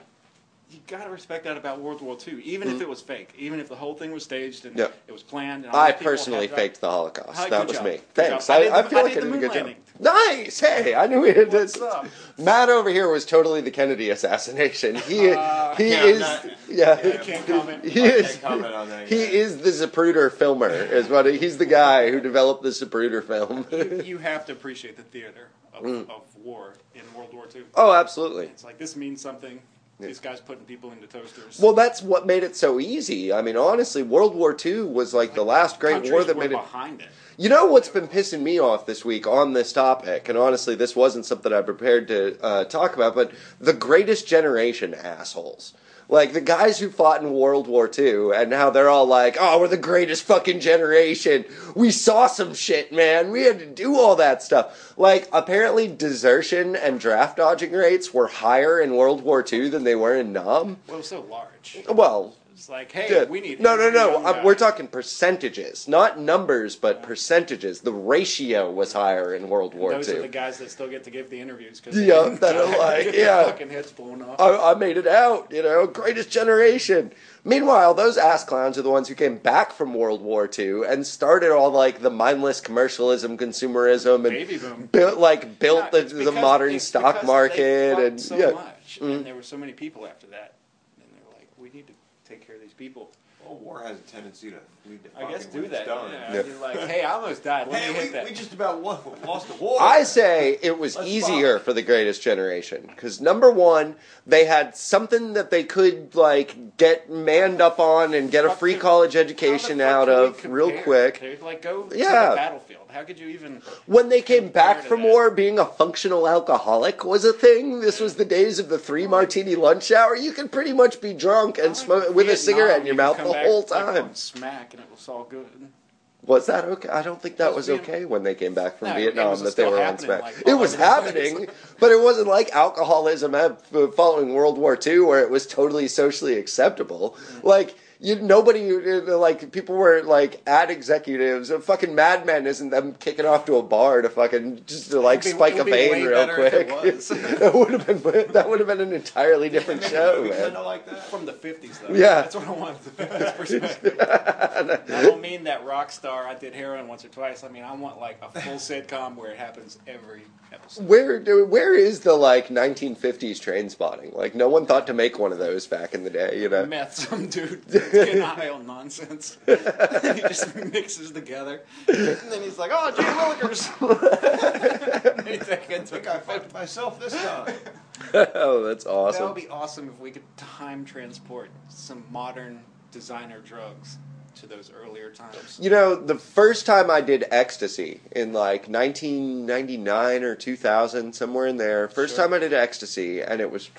you got to respect that about World War II, even if it was fake, even if the whole thing was staged and
Mm-hmm. Yeah.
it was planned. And all
I
these people
personally
had-
faked the Holocaust.
Hi,
that
good
was
job.
me.
Good
Thanks.
job. I
I,
did
I
the-
feel
I
like I
did
did
the
a good job.
moon
Nice. Hey, I knew we had
What's
this.
up?
Matt over here was totally the Kennedy assassination. He
Uh,
he
yeah,
is
not-
yeah.
I can't comment.
He
I
is
can't comment on that.
He
yeah.
is the Zapruder filmer, is what he's the guy who developed the Zapruder film.
You, you have to appreciate the theater of,
Mm.
of war in World War II.
oh, absolutely.
It's like this means something. These guys putting people into toasters.
Well, that's what made it so easy. I mean, honestly, World War II was like the last great
Countries
war that
were
made it.
behind it.
You know what's been pissing me off this week on this topic, and honestly, this wasn't something I prepared to uh, talk about, but the greatest generation assholes. Like the guys who fought in World War II, and now they're all like, oh, we're the greatest fucking generation. We saw some shit, man. We had to do all that stuff. Like, apparently, desertion and draft dodging rates were higher in World War II than they were in Nam.
Well, it was so large.
Well,
It's like, hey,
yeah.
we need
no, no,
every
no.
young
Uh,
guy.
we're talking percentages, not numbers, but percentages. The ratio was higher in World War
Those are the
II.
guys that still get to give the interviews because
Yeah, that are like, yeah.
fucking heads blown off.
I, I made it out, you know, greatest generation. Meanwhile, those ass clowns are the ones who came back from World War II and started all like the mindless commercialism, consumerism,
Baby boom.
and built like built
Yeah,
the,
it's
the
because-
modern
it's
stock
because they
market
fucked
and
so
yeah. Mm-hmm.
much, and there were so many people after that, and they're like, we need to take care of these people.
Well, war has a tendency to lead to
I guess
fucking
do
when it's
that.
done.
Yeah.
Yeah.
You're like, hey, I almost died. Let me hit
Hey,
that.
we, we just about won, lost the war.
I say it was
Let's
easier for the greatest generation because number one, they had something that they could like get manned up on and get a
Fuck
free
can-
college
How the
education
fuck
out
can we
of real
compare?
quick.
They're like, go to
Yeah.
the battlefield. How could you even?
When they came back
Compare to
from
that.
war, being a functional alcoholic was a thing. This was the days of the three martini lunch hour. You could pretty much be drunk and smoke with a
Vietnam,
cigarette in your
you
mouth
come
the
back,
whole
like, on
time.
smack, and it was all good.
Was that okay? I don't think that
It
was
was being-
okay when they came back from
No, it
Vietnam
was
that they
still
were on
happening,
smack.
like,
it
all
was
over the place.
happening, but it wasn't like alcoholism at- uh, following World War II where it was totally socially acceptable.
Mm-hmm.
Like you, nobody uh, like people were like ad executives. A fucking madman isn't them kicking off to a bar to fucking just to like
It would be-
spike
it
a
would be
vein
way
real
better if it
quick.
was.
that would have been that would have been an entirely different show, man.
kind of like that.
From the fifties, though.
Yeah.
that's what I want. The 50s perspective. I don't mean that rock star. I did heroin once or twice. I mean, I want like a full sitcom where it happens every episode.
Where do, where is the like 1950s train spotting? Like no one thought to make one of those back in the day, you know.
meth some dude that's getting high on nonsense. he just mixes together. And then he's like, oh, Jay Willikers. And he's like, "I
I think
took
I
a
fucked myself this time.
oh, that's
That
awesome.
would be awesome if we could time transport some modern designer drugs to those earlier times.
You know, the first time I did ecstasy in like 1999 or 2000, somewhere in there. First
Sure.
time I did ecstasy, and it was,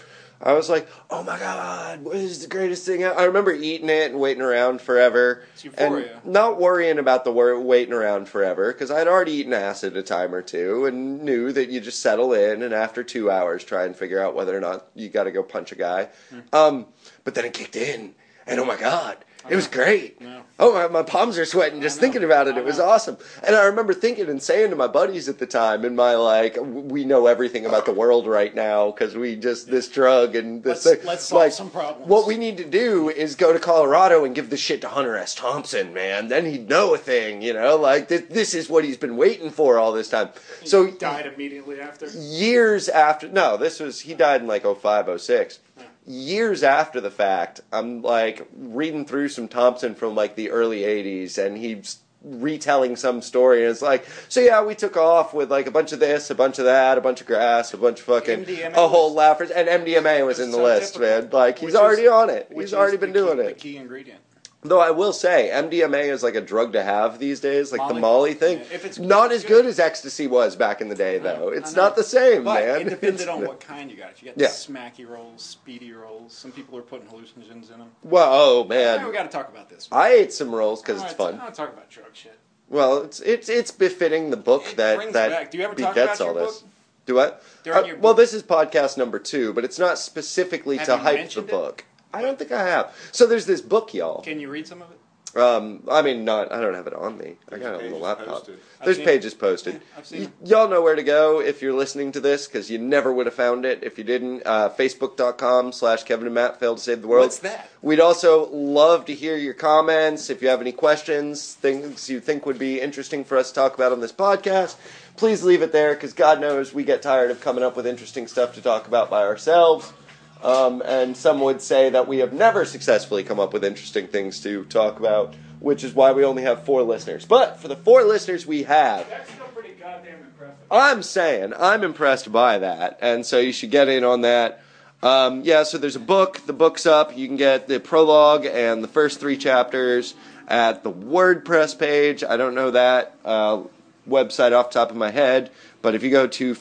I was like, oh my god, what is the greatest thing? I I remember eating it and waiting around forever,
It's
and
euphoria.
not worrying about the wor- waiting around forever because I'd already eaten acid a time or two and knew that you just settle in and after two hours try and figure
Hmm.
out whether or not you got to go punch a guy. Um, but then it kicked in, and oh my god. It was great.
No.
Oh, my, my palms are sweating
I
just
know.
thinking about it.
I
It was
know.
awesome. And I remember thinking and saying to my buddies at the time, in my like, w- we know everything about the world right now because we just, this drug and this
Let's-
thing.
let's solve some problems.
What we need to do is go to Colorado and give the shit to Hunter S. Thompson, man. Then he'd know a thing, you know? Like, th- this is what he's been waiting for all this time. So,
he died immediately after.
years after no this was he died in like 05 06 years after the fact i'm like reading through some thompson from like the early 80s and he's retelling some story and it's like so yeah we took off with like a bunch of this a bunch of that a bunch of grass a bunch of fucking
MDMA
a whole laughers and mdma was in the
So
list
typical.
man like he's
Which is-
already on it
which
he's
is
already
the
been doing
key-
it
The key ingredient.
Though I will say, MDMA is like a drug to have these days, like the
Molly?
Molly thing.
Yeah, if it's good,
not
it's
as
good.
good as ecstasy was back in the day,
I know,
though.
I
It's
know.
not the same,
but
man.
It depended
It's
on
not-
what kind you got. If you got
Yeah.
the smacky rolls, speedy rolls, some people are putting hallucinogens in them.
Well, oh
Yeah, we
man,
got to talk about this.
I ate some rolls because
I
it's
don't wanna-
fun.
I don't talk about drug shit.
Well, it's it's it's befitting the book
It
that
brings
that
back- do you ever talk
begets
about
all
your
this.
book?
Do I?
During
Uh,
your
well,
book?
this is podcast number two, but it's not specifically
Have
to
you
hype the
mentioned it?
book. I don't think I have. So there's this book, y'all.
Can you read some of it?
Um, I mean, not. I don't have it on me. I
There's
got it on the
pages
laptop.
posted.
I've
There's
seen
pages posted.
Yeah, I've seen
Y-
it.
y'all know where to go if you're listening to this because you never would have found it if you didn't. Uh, Facebook.com/slash Kevin and Matt failed to save the world.
What's that?
We'd also love to hear your comments. If you have any questions, things you think would be interesting for us to talk about on this podcast, please leave it there because God knows we get tired of coming up with interesting stuff to talk about by ourselves. Um, and some would say that we have never successfully come up with interesting things to talk about, which is why we only have four listeners. But for the four listeners we have,
That's still pretty goddamn impressive.
I'm saying I'm impressed by that, and so you should get in on that. Um, yeah, so there's a book. The book's up. You can get the prologue and the first three chapters at the WordPress page. I don't know that uh, website off the top of my head, but if you go to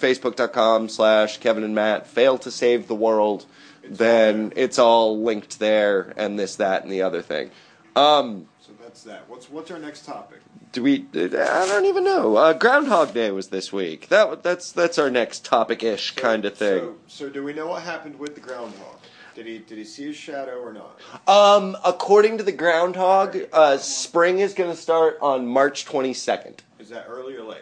facebook.com/slash Kevin and Matt fail to save the world, then it's all linked there, and this, that, and the other thing.
So that's that. What's what's our next topic?
Do we? I don't even know. Uh, Groundhog Day was this week. That that's that's our next topic-ish
So-
kind of thing.
So, so do we know what happened with the groundhog? Did he did he see his shadow or not?
Um, according to the Groundhog, uh, spring is going to start on March 22nd.
Is that early or late?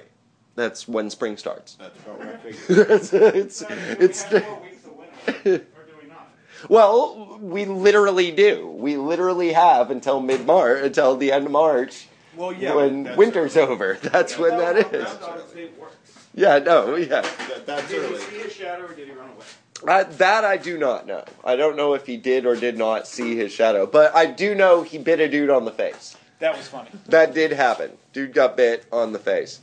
That's when spring starts.
That's about what I figured.
it's it's, it's
weeks of winter, or do we not?
well, we literally do. We literally have until mid March, until the end of March.
Well, yeah,
when
that's
winter's over, that's when that is. Yeah, no, yeah.
That, that's
Did he
early.
see his shadow or did he run away?
I, that I do not know. I don't know if he did or did not see his shadow, but I do know he bit a dude on the face.
That was funny.
That did happen. Dude got bit on the face.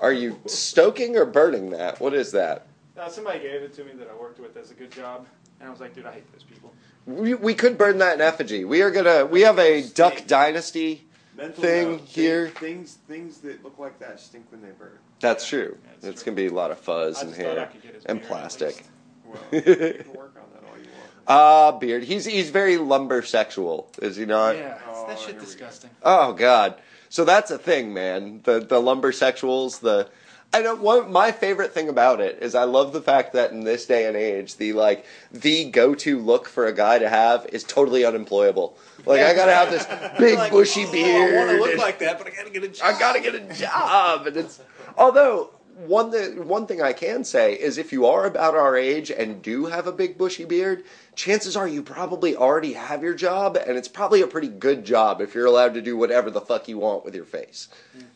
Are you stoking or burning that? What is that?
Uh, somebody gave it to me that I worked with as a good job, and I was like, dude, I hate those people.
We, we could burn that in effigy. We are gonna. We have a Duck Dynasty.
Mental
Thing
note,
here.
Things things that look like that stink when they burn.
That's true.
That's
It's
true.
gonna be a lot of fuzz
I
and
just thought I
hair
could get his
and
beer at
plastic.
least.
Well, you can work on that all you want.
Ah, beard. He's he's very lumber sexual, is he not?
Yeah,
Oh,
that
here
shit
we go.
disgusting.
Oh God! So that's a thing, man. The the lumber sexuals. The I don't. One my favorite thing about it is I love the fact that in this day and age, the like the go to look for a guy to have is totally unemployable. Like I gotta have this big
Like,
bushy
oh,
beard.
I want to look
and-
like that, but I gotta get a job.
I gotta get a job, and it's although. One, th- one thing I can say is if you are about our age and do have a big bushy beard, chances are you probably already have your job, and it's probably a pretty good job if you're allowed to do whatever the fuck you want with your face.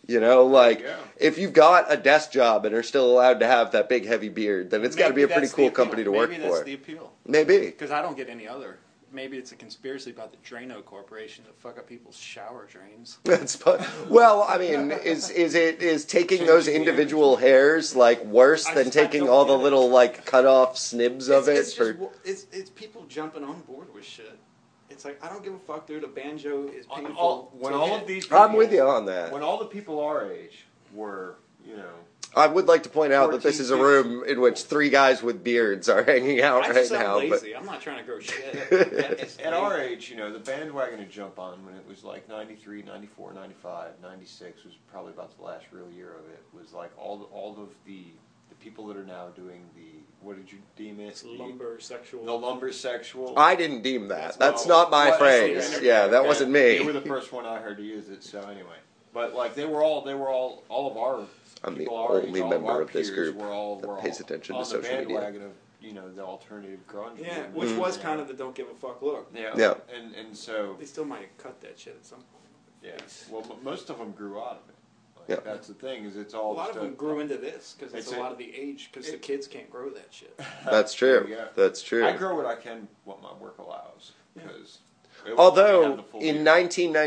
You know, like
go.
if you've got a desk job and are still allowed to have that big heavy beard, then it's got to
Maybe
be a pretty
that's the
cool
appeal.
company to
Maybe
work
that's
for.
the appeal.
Maybe.
Because I don't get any other. Maybe it's a conspiracy by the Drano Corporation to fuck up people's shower drains.
That's fu- well, I mean, is is it is taking those individual hairs like worse
I
than
just- I
taking
don't
all the
get it.
little like cut off snibs of it
it's, it's
for
just, it's, it's people jumping on board with shit. It's like I don't give a fuck, dude. A banjo is
All-
painful.
all- when
to
all
hit.
of these
I'm with
people-
you on that.
When all the people our age were, you know,
I would like to point out that this
14,
is a room in which three guys with beards are hanging
I
out
just
right
sound
now.
lazy. I'm not trying to grow shit.
at, at our age, you know, the bandwagon to jump on when it was like 93, 94, 95, 96 was probably about the last real year of it. Was like all the, all of the the people that are now doing the what did you deem it?
It's
The-
lumber sexual.
The lumber sexual.
I didn't deem that.
That's
That's
well-
not my
Well,
phrase.
it's-
yeah, that wasn't me.
You were the first one I heard to use it. So anyway, but like they were all they were all all of our.
I'm the
people our age,
only
all of
member
our
of this
peers
group
were all,
that
were
pays
all
attention to
on the
social media.
bandwagon Of, you know the alternative grunge.
yeah,
movement.
which was kind of the don't give a fuck look.
yeah
Mm. Yeah.
and and so
They still might have cut that shit at some point.
yeah. Well, m- most of them grew out of it. Like,
Yeah.
That's the thing is it's
A
all
lot of
just
them grew into this because it's
It's
a
a-
lot of the age because the
it-
kids can't grow that shit.
That's true.
Yeah.
That's true.
I grow what I can, what my work allows. Because it- I have the
Although
full
in
view.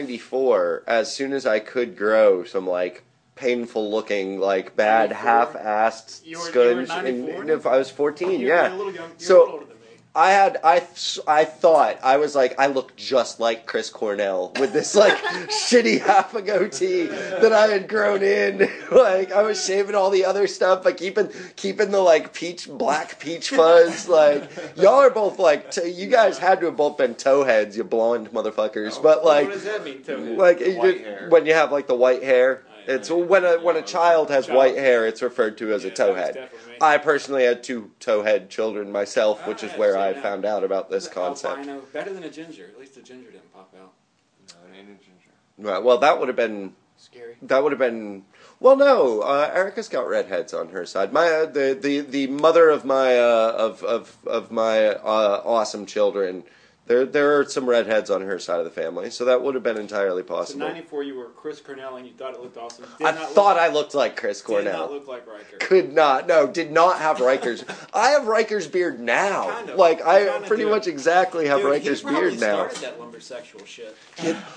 1994, as soon as I could grow some like painful looking, like bad
94?
half-assed
You were- you were
scunge, and,
94?
and if I was 14,
You're-
yeah.
you're a little young. You're
So-
a little older than me.
I had I th- I thought I was like I looked just like Chris Cornell with this like shitty half a goatee that I had grown in. like I was shaving all the other stuff, but keeping keeping the like peach black peach fuzz. Like y'all are both like t- you guys had to have both been towheads, you blonde motherfuckers. But
what does
like
that mean, Tony?
like
The
you-
white hair.
when you have like the white hair,
Oh, yeah.
it's when a when a child has
Child.
white hair, it's referred to as
Yeah, that
a
was
towhead.
definitely me.
I personally had two towhead children myself, which is
Ah,
where
so
I
now-
found out about this
An
concept.
albino, better than a ginger. At least the ginger didn't pop out.
No, it ain't a ginger.
Right, well, that would have been
Scary.
that would have been. Well, no, uh, Erica's got redheads on her side. My uh, the, the the mother of my uh, of of of my uh, awesome children. There there are some redheads on her side of the family, so that would have been entirely
So
possible.
'94, you were Chris Cornell and you thought it looked awesome. Did
I
not
thought
look,
I looked like Chris Cornell.
Did not look like Riker.
could not no did not have Riker's. I have Riker's beard now.
Kind of.
like
You
I
kinda
pretty
do.
much exactly have
Dude,
Riker's
he probably
beard now.
started that lumber sexual shit.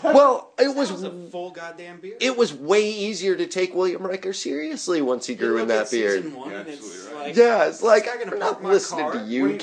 Well, it
was,
was,
a full goddamn beard.
it was way easier to take William Riker seriously once he
You
grew
look
in that
at
beard.
Season one,
You're
and it's
absolutely right.
like,
yeah, it's like
guy gonna
I'm
park
not
my
listening
car?
to you,
What do you- what do you-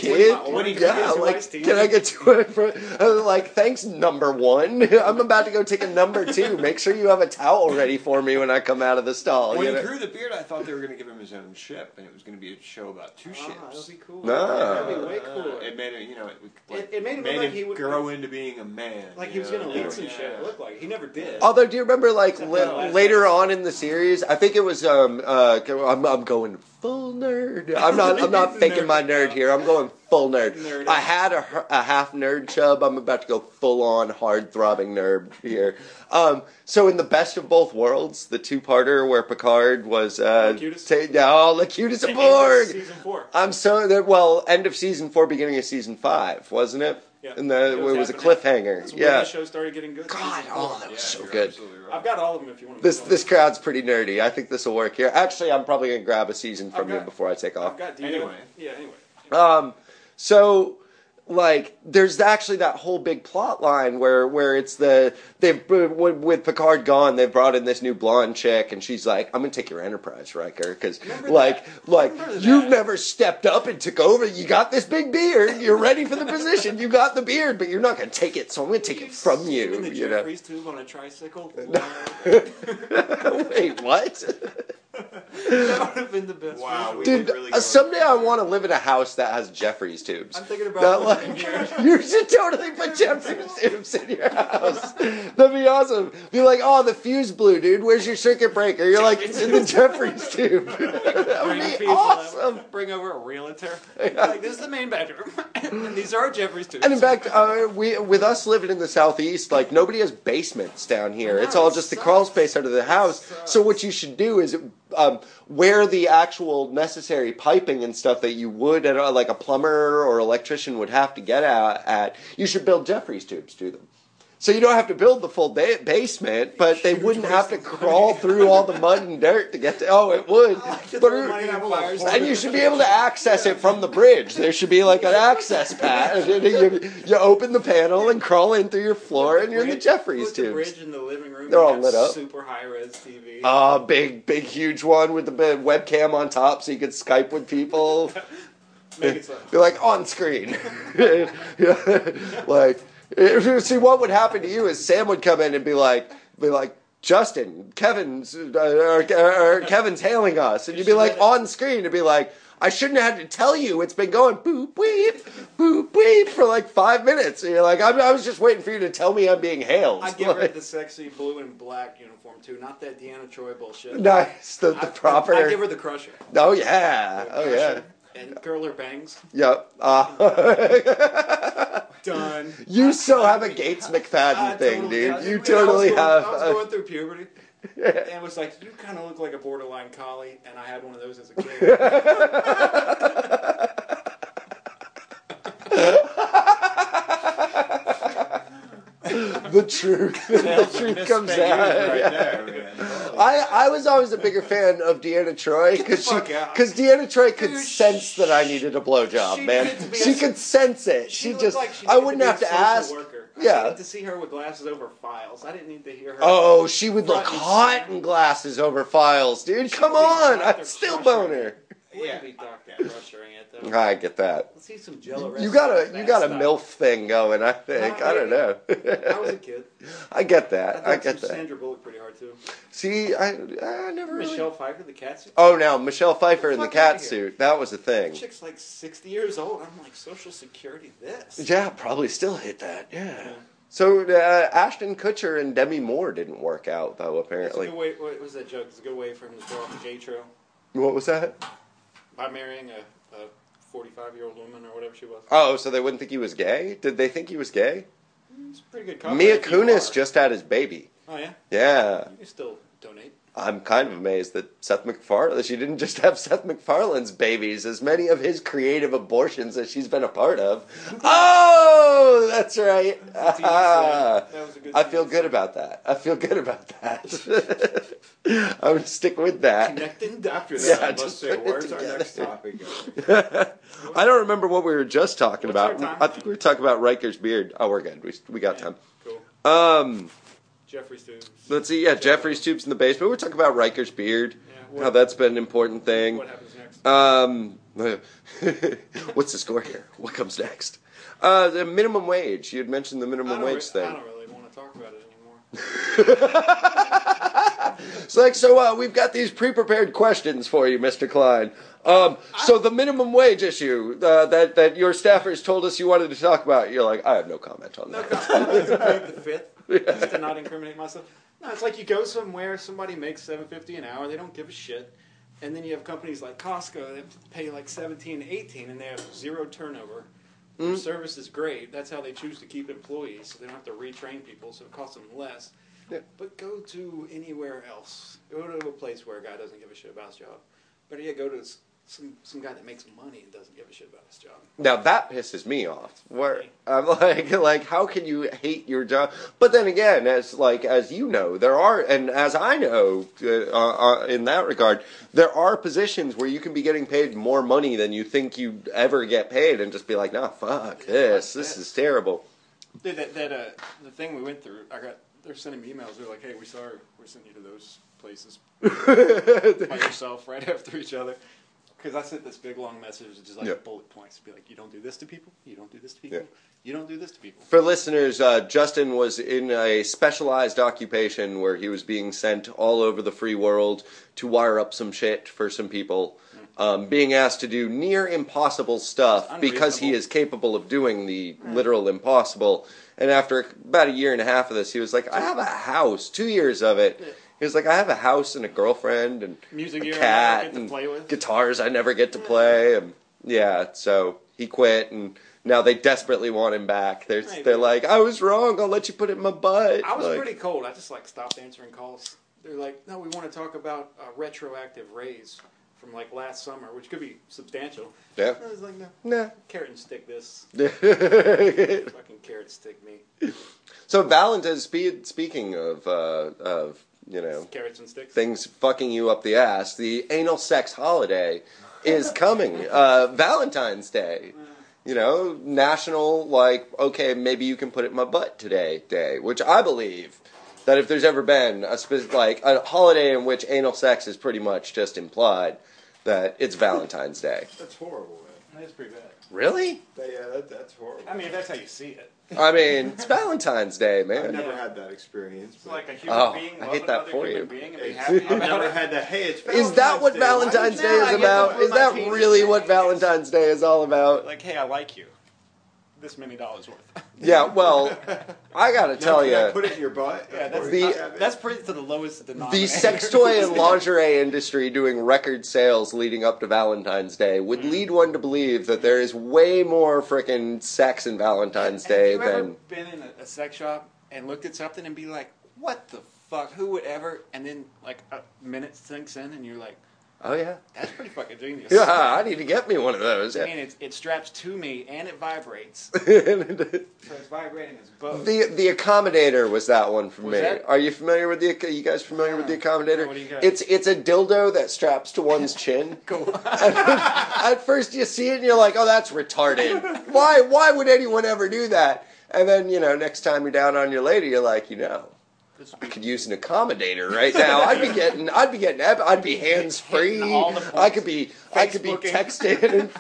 kid.
what do you-
yeah,
what do you-
like
iced tea?
can I get to it? For, I was like, thanks, number one. I'm about to go take a number two. Make sure you have a towel ready for me when I come out of the stall.
When
you know?
he grew the beard, I thought they were going to give him his own ship, and it was going to be a show about two
ah, that would
ships.
be cool.
Nah.
That would be way
Uh,
cooler.
It made him, you know, it, would, like,
It- it made him look like he would-
grow into being a man.
like
you
he was
know?
gonna
Yeah.
leak some
Yeah.
shit. It looked like he never did.
Although, do you remember, like
No.
l- later on in the series, I think it was. Um, uh, I'm, I'm going full nerd. I'm not. I'm not faking my nerd here. I'm going full nerd.
Nerd.
I had a, her- a half nerd chub. I'm about to go full on hard throbbing nerd here. Um, so in the best of both worlds, the two parter where Picard was uh,
Locutus?
ta- yeah, oh, Locutus
End of
aboard.
Season four.
I'm so that well, end of season four, beginning of season five, wasn't it?
Yeah.
And the, it
It
was,
was
a
happening.
cliffhanger.
That's when
Yeah.
the show started getting good.
God,
Season
oh,
four.
that was
Yeah,
so
you're
good.
absolutely right.
I've got all of them if you want. to
This
know.
this crowd's pretty nerdy. I think this will work here. Actually, I'm probably gonna grab a season from
I've got-
you before I take off.
I've got. Do you
Anyway.
have- yeah. Anyway.
Um, so like there's actually that whole big plot line where where it's the they've with with Picard gone they've brought in this new blonde chick and she's like I'm gonna take your Enterprise Riker because
Remember
like
that.
like
Remember
you've
that.
never stepped up and took over you got this big beard you're ready for the position you got the beard but you're not gonna take it so I'm gonna take it from
In
you
the
you know
Jeffries tube on a tricycle.
wait what.
that would have been the best.
Wow,
visual.
we-
Dude,
They really
uh,
go
someday I
overboard.
want to live in a house that has Jeffrey's tubes.
I'm thinking
That,
about living
like,
here.
you should totally put Jeffrey's tubes in your house. That'd be awesome. Be like, oh, the fuse blew, dude. Where's your circuit breaker? You're like, it's in the Jeffrey's tube. that
Bring
would be
people up,
awesome.
Bring over a realtor. Like this is the main bedroom, and these are Jeffrey's tubes.
And in fact, uh, we with us living in the southeast, like nobody has basements down here.
No,
it's all
it
just the
sucks.
crawl space under the house.
sucks.
So what you should do is um, where the actual necessary piping and stuff that you would, at, uh, like a plumber or electrician would have to get at, at you should build Jeffrey's tubes to them. So you don't have to build the full ba- basement, but they
Huge
wouldn't have to
waste of
crawl through all the mud and dirt to get to. Oh, it would,
Just
but
little
it-
money
and
fires.
and you should be able to access it from the bridge. There should be like an access pad. You, you open the panel and crawl in through your floor, and you're in the
Bridge-
Jeffries
put the
tubes.
bridge in the living room.
They're
you
all
got
lit up.
Super high res TV.
Ah, big, big, huge one with the big webcam on top, so you could Skype with people.
Make it so.
You're like on screen, like. See, what would happen to you is Sam would come in and be like, be like. Justin, Kevin's, uh, or, or Kevin's hailing us, and you'd be like on screen, and be like, I shouldn't have had to tell you. It's been going boop weep, boop weep for like five minutes. And you're like, I'm, I was just waiting for you to tell me I'm being hailed.
I give her
Like,
the sexy blue and black uniform too, not that Deanna Troy bullshit.
nice. The,
I-
the proper.
I, give her the crusher.
oh yeah.
The
Oh yeah.
crusher And curl her bangs.
Yep. Uh,
Done.
you so have a Gates
I
McFadden thing,
totally- I-
dude. You
when I was
totally
going-
have.
I was
a-
going through puberty. and was like, you kind of look like a borderline collie, and I had one of those as a kid.
the truth. the truth comes out.
right
Yeah.
there, man.
I, I was always a bigger fan of Deanna Troy because she
fuck out.
because Deanna Troy could
Dude,
sense that I needed a blowjob,
she
man.
needed to be
She
a-
could sense it. She,
looked
just
like she
I
needed
wouldn't
be a
have to
social
ask.
Worker. I
Yeah.
needed to see her with glasses over files. I didn't need to hear her.
Oh, she would look
Front and
hot in glasses over files, dude. Come
would be
on,
hot
I'd
or
still
crushing
bone her.
yeah.
Yeah.
be docked at rushing it though.
I get that.
Let's see some Jello.
You got a you got a milf thing going. I think
Nah,
I don't know.
I was a kid.
I get
I,
that.
thought
I, get that.
Sandra Bullock pretty hard too.
See, I I never really.
Michelle Pfeiffer, the cat's
Oh, now Michelle Pfeiffer in the
Fuck outta
cat
here.
suit. That was a thing.
chick's like sixty years old. I'm like Social Security. This.
Yeah, probably still hit that. Yeah.
Yeah.
So uh, Ashton Kutcher and Demi Moore didn't work out though.
It's a
Apparently,
good way. What was that joke? It's a good way for him to throw off the gay trail
what was that?
by marrying a, a forty-five-year-old woman or whatever she was.
Oh, so they wouldn't think he was gay? Did they think he was gay?
It's a pretty good. cover
Mia
if you
Kunis
are.
just had his baby.
Oh yeah,
Yeah,
you can still donate.
I'm kind of amazed that Seth MacFarlane. She didn't just have Seth MacFarlane's babies, as many of his creative abortions that she's been a part of. Oh, that's right.
That's a TV
Ah.
slam. That was a good
I feel
TV
good about that. I feel good about that. I'm gonna stick with that.
Connecting doctors.
Yeah,
Let's
just
see,
put it
where's our
together.
next topic? going?
I don't remember what we were just talking
What's our
about.
time?
I think we were talking about Riker's beard. Oh, we're good. We, we got time.
Cool.
Um,
Jeffrey's too.
let's see. Yeah, Jeffrey's tubes in the basement. We're talking about Riker's beard.
Yeah, what-
how that's been an important thing.
What happens next?
Um, what's the score here? What comes next? Uh, the minimum wage. You had mentioned the
I
minimum
don't,
wage
re- I
thing.
don't really want to talk about it anymore.
It's like, so uh, we've got these pre-prepared questions for you, Mr. Klein. Um, so the minimum wage issue uh, that that your staffers told us you wanted to talk about, you're like, I have no comment on
No,
that.
God, I to plead the fifth just to not incriminate myself. No, it's like you go somewhere, somebody makes seven fifty an hour, they don't give a shit, and then you have companies like Costco that pay like seventeen, eighteen, and they have zero turnover. Their
Mm.
service is great. That's how they choose to keep employees, so they don't have to retrain people, so it costs them less.
Yeah.
But go to anywhere else. Go to a place where a guy doesn't give a shit about his job. Better yet, go to s- some some guy that makes money and doesn't give a shit about his job.
Now that pisses me off. Where I'm like, like, how can you hate your job? But then again, as like as you know, there are, and as I know, uh, uh, in that regard, there are positions where you can be getting paid more money than you think you ever get paid, and just be like, nah, fuck this, this is terrible.
Dude, that that uh, the thing we went through, I got. They're sending me emails. They're like, "Hey, we sorry, we're sending you to those places by yourself, right after each other." Because I sent this big long message, which is like
Yeah.
bullet points. Be like, "You don't do this to people. You don't do this to people.
Yeah.
You don't do this to people."
For listeners, uh, Justin was in a specialized occupation where he was being sent all over the free world to wire up some shit for some people, um, being asked to do near impossible stuff because he
unreasonable.
is capable of doing the literal impossible. And after about a year and a half of this, he was like, I have a house, two years of it. He was like, I have a house and a girlfriend and
Music
a
you
cat
get to
and
play with.
guitars I never get to play. And yeah, so he quit, and now they desperately want him back. They're
Maybe.
they're like, I was wrong. I'll let you put it in my butt.
I was
Like,
pretty cold. I just like stopped answering calls. They're like, "No, we want to talk about a retroactive raise from like last summer, which could be substantial."
Yeah.
I was like, "No,
Nah.
carrot and stick this. Fucking carrot and stick me.
so Valentine's spe- speaking of uh, of you know
Carrots and sticks."
things fucking you up the ass. The anal sex holiday is coming. Uh, Valentine's Day. You know, national, like, okay, maybe you can put it in my butt today day, which I believe that if there's ever been a specific, like, a holiday in which anal sex is pretty much just implied, that it's Valentine's Day.
That's horrible, man.
That's pretty bad.
Really?
That- yeah, that, that's horrible.
I mean, if that's how you see it.
I mean, it's Valentine's Day,
I've
man.
never
Yeah.
had that experience.
It's
but-
like a human
Oh,
being
I
love
hate that
another
for
human
you.
being and be happy
I've
about
never
it.
had that. Hey, it's
Is that what Valentine's
Valentine's Day. Why did
Day
now
is
I get
about?
to put
Is
my
that
penis
really
in
what
my anus.
Valentine's Day is all about?
Like, hey, I like you. This many dollars worth.
Yeah, well, I gotta
Now,
tell
can I
you,
Put it in your butt.
Yeah, that's
The-
that's pretty to the lowest denominator.
the sex toy and lingerie industry doing record sales leading up to Valentine's Day would
Mm.
lead one to believe that there is way more frickin' sex in Valentine's Day
Have you ever
than.
been in a, a sex shop and looked at something and be like, "What the fuck? Who would ever?" And then like a minute sinks in, and you're like,
Oh yeah,
"That's pretty fucking genius."
yeah. I need to get me one of those.
I
Yeah.
mean, it, it straps to me and it vibrates, so it's vibrating as both.
The the accommodator was that one for
Was
me.
that-
Are you familiar with the? Are you guys familiar with the accommodator?
What do you got?
It's it's a dildo that straps to one's chin.
Cool.
At first, you see it and you're like, "Oh, that's retarded. why why would anyone ever do that?" And then you know, next time you're down on your lady, you're like, you know.
This
I could use an accommodator right now. I'd be getting, I'd be getting, ep- I'd be hands free.
Hitting all the points.
I could be, I could be
Facebooking.
texting and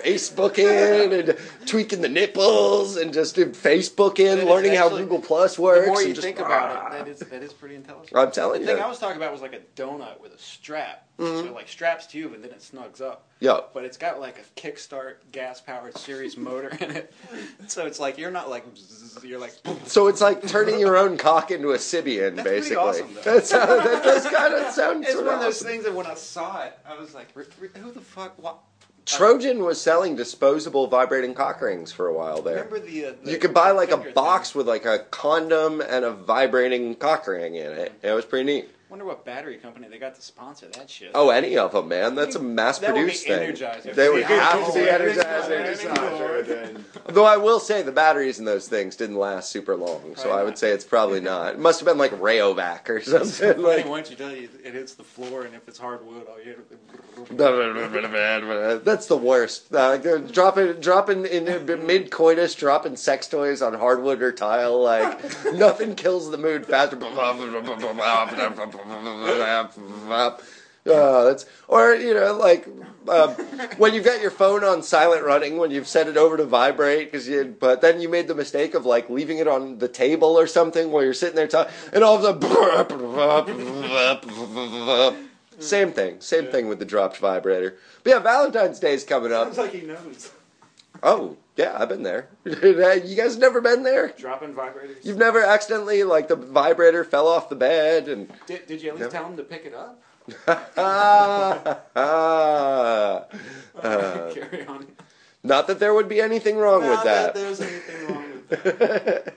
Facebooking and tweaking the nipples and just Facebooking,
That is
learning how
actually-
Google Plus
the
works.
more you
and just, Ah,
think about it, that is that is pretty intelligent.
I'm telling
The
you,
thing I was talking about was like a donut with a strap. So it like straps to you, and then it snugs up.
Yeah.
But it's got like a kickstart gas powered series motor in it, so it's like you're not like zzz, you're like
so it's like turning your own cock into a Sibian,
That's pretty
basically.
awesome, though.
That's how, that does kind of sound.
It's
sort
one of those
awesome.
things that when I saw it, I was like, "R- r- "Who the fuck?" What?
Trojan was selling disposable vibrating cock rings for a while there.
Remember the, uh, the
you could buy like a
finger
box
thing?
with like a condom and a vibrating cock ring in it. It was pretty neat.
Wonder what battery company they got to sponsor that shit.
Oh, any of them, man. That's a mass
That would be
produced thing.
Energizer.
They would
You could
have to be
Google it.
energizing.
energizing.
Though I will say the batteries in those things didn't last super long, so
Probably
I
not.
would say it's probably not. It must have been like Rayovac or
Funny,
something. like
once you tell you it hits the floor, and if it's hardwood, all you hear.
That's the worst. Uh, dropping, dropping in mid coitus, dropping sex toys on hardwood or tile. Like nothing kills the mood faster. Uh, that's or you know like um, when you've got your phone on silent running when you've set it over to vibrate because you but then you made the mistake of like leaving it on the table or something while you're sitting there talking and all of the Mm. same thing same thing with the dropped vibrator but yeah Valentine's Day's coming up
Sounds like he knows.
oh yeah I've been there you guys never been there
Dropping vibrators.
you've never accidentally like the vibrator fell off the bed and
Did, did you at least
Never.
tell him to pick it up?
ah, ah. Uh,
Carry on.
Not that there would be anything wrong with
Not
that.
there's anything wrong with that.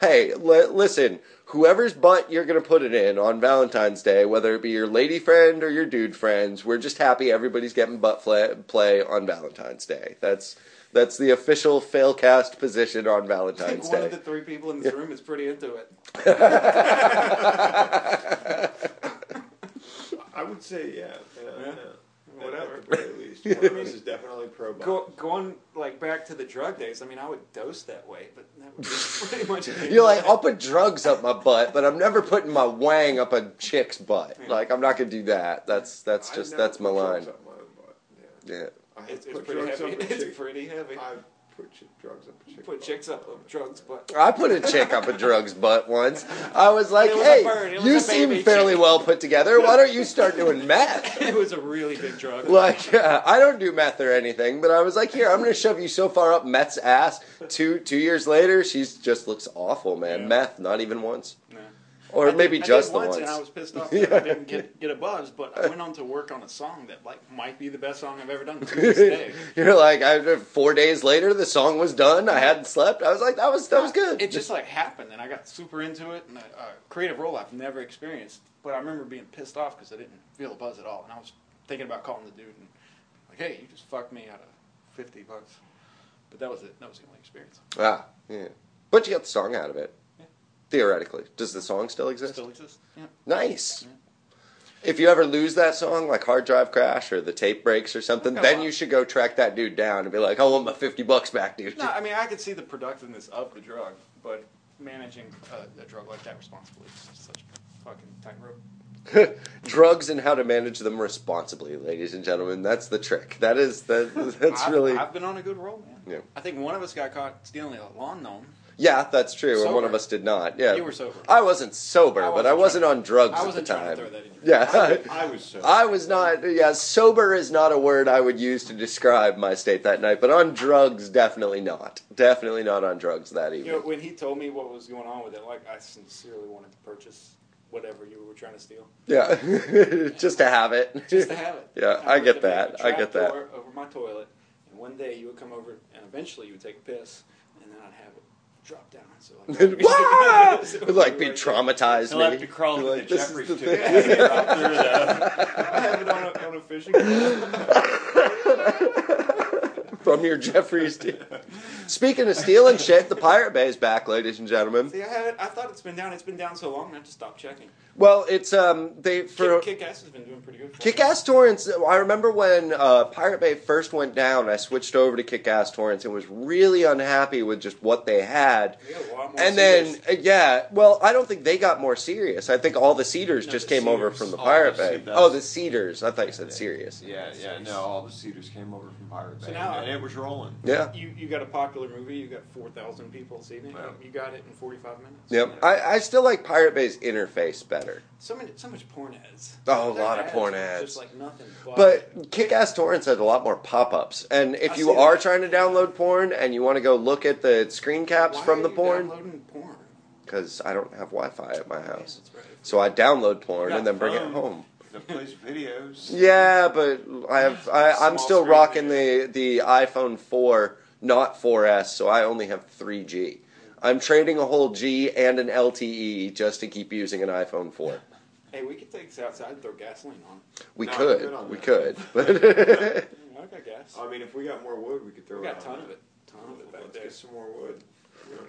hey, li- listen, whoever's butt you're going to put it in on Valentine's Day, whether it be your lady friend or your dude friends, we're just happy everybody's getting butt fla- play on Valentine's Day. That's that's the official failcast position on
I think
Valentine's
one of the
Day.
three people in this room is pretty into it.
I would say, yeah. yeah,
Yeah.
yeah.
Whatever.
At the very least, one of us is definitely pro
Go, going like back to the drug days. I mean, I would dose that way, but that would be pretty much.
You're like, I'll put drugs up my butt, but I'm never putting my wang up a chick's butt. Like, I'm not gonna do that. That's that's
I
just
never
that's my
put
line.
drugs up my own butt, yeah.
Yeah.
I have
It's, it's
put
pretty
drugs
heavy.
up a
It's
chick-
pretty heavy.
I've put ch- drugs up a chick.
Put chicks up of drugs, but
I put a chick up a drugs butt once. I was like,
It was a
"Hey,
bird. It was
you
a
seem
baby
fairly
chick."
well put together. Why don't you start doing meth?"
it was a really big drug.
Like, uh, I don't do meth or anything, but I was like, "Here, I'm going to shove you so far up meth's ass." Two two years later, she just looks awful, man.
Yeah.
Meth, not even once,
No.
or
I did-
maybe
I did
just the
once,
once.
And I was pissed off that I didn't get, get a buzz, but I went on to work on a song that like might be the best song I've ever done to this day.
You're like, I, four days later, the song was done. I hadn't slept. I was like, "That was that was good."
It just like happened, and I got super into it, and a, a creative role I've never experienced. But I remember being pissed off because I didn't feel a buzz at all, and I was thinking about calling the dude and like, "Hey, you just fucked me out of fifty bucks." But that was it. That was the only experience.
ah, yeah. But you got the song out of it,
Yeah.
theoretically. Does the song still exist?
Still exists. Yeah.
Nice.
Yeah.
If you ever lose that song, like hard drive crash or the tape breaks or something,
Okay,
then
well-
you should go track that dude down and be like, "I want my fifty bucks back, dude."
No, I mean I could see the productiveness of the uh, drug, but managing a, a drug like that responsibly is such a fucking tightrope.
Drugs and how to manage them responsibly, ladies and gentlemen. That's the trick. That is that. That's
I've,
really
I've been on a good roll, man.
Yeah.
I think one of us got caught stealing a lawn gnome.
yeah. That's true. And one
Sober.
of us did not. Yeah,
You were sober.
I wasn't sober,
I
but I
wasn't
wasn't
trying-
on drugs
I
at the
wasn't trying to
time.
throw that in your
yeah.
I was so.
I was not. Yeah, sober is not a word I would use to describe my state that night, but on drugs, definitely not. Definitely not on drugs that
You know,
evening.
when he told me what was going on with it, like I sincerely wanted to purchase whatever you were trying to steal,
Yeah, just to have it.
just to have it.
Yeah, I
would
get
have made a
that. I get that.
trapdoor Over my toilet, and one day you would come over, and eventually you would take a piss, and then I'd have it drop down. So
Wah!
like,
It'd, like be traumatized.
He'll have
maybe.
to crawl
Be
into
like,
the
"This is
Jeffries
the
tube."
thing."
I have it on a, on a fishing. pole.
From your Jeffries team. Speaking of stealing shit, the Pirate Bay is back, ladies and gentlemen.
See, I had it. I thought it's been down. It's been down so long. I just stopped checking.
Well, it's um they for
Kick, Kick Ass has been doing pretty good. For me.
Kick Ass Torrents. I remember when uh, Pirate Bay first went down, I switched over to Kick Ass Torrents and was really unhappy with just what they had.
They got a lot more
And then,
singles.
uh, yeah, well, I don't think they got more serious. I think all the Cedars
No,
just
the
came over
Cedars.
from the
All
Pirate
the
Bay.
Cedars.
Oh, the Cedars. I thought you said serious.
Yeah, yeah. No, all the Cedars came over from Pirate Bay,
So now-
and it was rolling.
Yeah.
you you got a popular movie. You got four thousand people this evening.
Yeah.
You got it in forty five minutes.
Yep. I, I still like Pirate Bay's interface better.
so many, so much porn ads.
Oh, a
Their
lot of porn
are
ads.
Just like nothing. But,
But Kick Ass Torrents has a lot more pop ups. And if
I
you
see
are
that.
trying to download porn and you want to go look at the screen caps
Why
from
are
the
you
porn,
Downloading porn.
because I don't have Wi Fi at my house.
Yeah, that's right.
So I download porn
You
and
got
then bring it
phone.
home.
That plays videos.
Yeah, but I have I,
Small
I'm still
screen
rocking the the iPhone 4, not 4S, so I only have 3G. I'm trading a whole G and an LTE just to keep using an iPhone 4.
Hey, we could take this outside and throw gasoline on. it.
We
No, I'm good
could,
on
we
that.
could, but
Mm, I got gas.
I mean, if we got more wood, we could throw
we
it
got a
out
ton of
there.
it. Ton of it back
Let's
there.
get some more wood.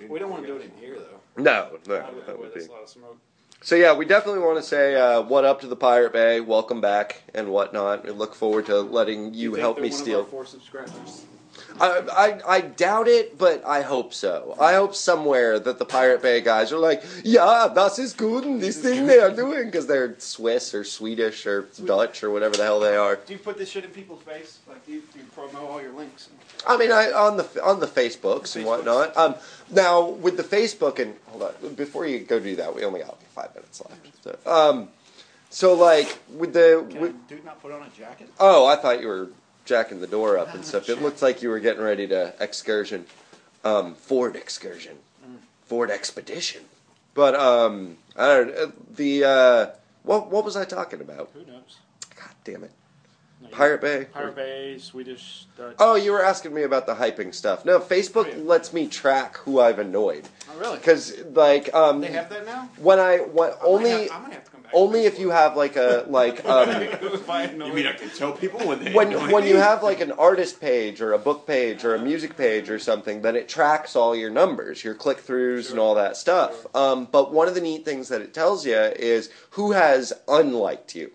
need-
We don't want to do it
got-
in here though.
no, no,
Not
that
Where
would
there's
be.
a lot of smoke.
So yeah, we definitely want to say uh, what up to the Pirate Bay, welcome back, and whatnot. We look forward to letting you
think
help
they're
me
one
steal.
Of our four subscribers.
I, I I doubt it, but I hope so. I hope somewhere that the Pirate Bay guys are like, yeah, das ist good, and this thing they are doing, because they're Swiss or Swedish or Dutch or whatever the hell they are.
Do you put this shit in people's face? Like, do you, do you promo all your links?
I mean, I on the on the Facebooks and
Facebooks.
whatnot. Um, now with the Facebook and hold on, before you go do that, we only got five minutes left. So, um, so like with the
Can
with,
a dude not put on a jacket?
oh, I thought you were jacking the door up
Oh,
and stuff. It looked like you were getting ready to excursion, um, Ford excursion,
Mm.
Ford expedition. But um, I don't know, the uh, what what was I talking about?
Who knows?
God damn it,
No, you-
Pirate Bay.
Pirate Bay, Swedish. Dutch.
Oh, you were asking me about the hyping stuff. No, Facebook
Oh, yeah.
lets me track who I've annoyed
Oh, really?
because, like, um,
They have that now?
when I when,
I might
only
have- I might have to come back
only
to
if you have like a like um,
Facebook.
You mean I can tell people when they
when
annoy
when
me?
you have like an artist page or a book page or a music page or something, then it tracks all your numbers, your click throughs, and
Sure.
all that stuff. Um, but one of the neat things that it tells you is who has unliked you.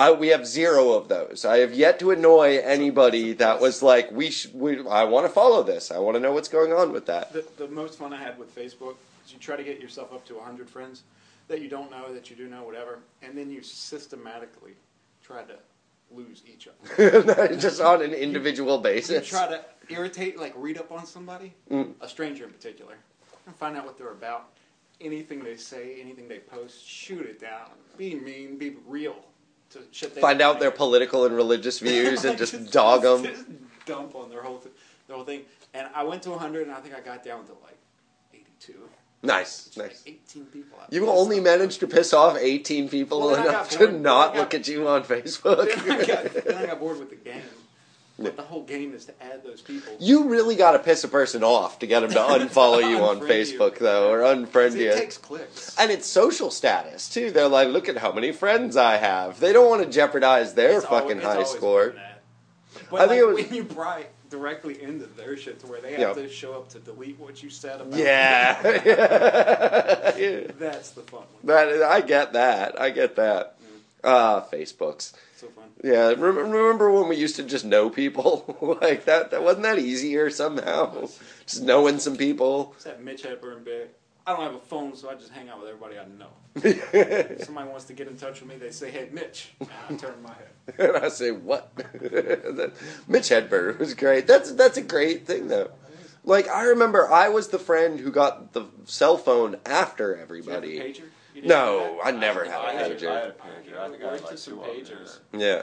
I, we have zero of those. I have yet to annoy anybody that was like, "We, sh- we I want to follow this. I want to know what's going on with that."
the, the most fun I had with Facebook is you try to get yourself up to 100 friends that you don't know, that you do know, whatever, and then you systematically try to lose each other.
Just on an individual
You
basis.
try to irritate, like read up on somebody,
Mm.
a stranger in particular, and find out what they're about. Anything they say, anything they post, shoot it down. Be mean, be real. To shit they
Find
don't
out their
like.
political and religious views and
Like,
just dog them.
just dump on their whole, th- their whole thing. And I went to 100, and I think I got down to like 82.
Nice,
It's like
nice.
18 people. out
You
there.
only managed to piss off 18 people
Well, then I
enough
got
to
bored. Then I
not
got-
look at you on
Then I
Facebook.
got, then I got bored with the game.
Yeah.
But the whole game is to add those people.
you really got to piss a person off to get them to unfollow you on
Unfriend you.
Facebook, though, or unfriend
'Cause
you.
it takes clicks.
and it's social status, too. They're like, look at how many friends I have. They don't want to jeopardize their
It's always-
fucking
it's
high
always
score.
been that.
I
But
think
like,
it was-
when you pry directly into their shit to where they have
Yeah.
to show up to delete what you said about
Yeah. Yeah.
That's the fun one.
That, I get that. I get that.
Mm.
Ah, Facebooks.
So fun.
Yeah, rem- remember when we used to just know people like that? That wasn't that easier somehow. Just knowing some people.
What's that Mitch Hedberg bit? I don't have a phone, so I just hang out with everybody I know. If somebody wants to get in touch with me, they say, "Hey, Mitch," and I turn my head.
and I say, "What?" Mitch Hedberg was great. That's that's a great thing though. Like I remember, I was the friend who got the cell phone after
Did you have a
everybody.
pager? You didn't have
No,
that?
I never
I
had
had
a
a- I had
pager.
a pager. I think I had like
Some
two of them.
pagers.
Yeah,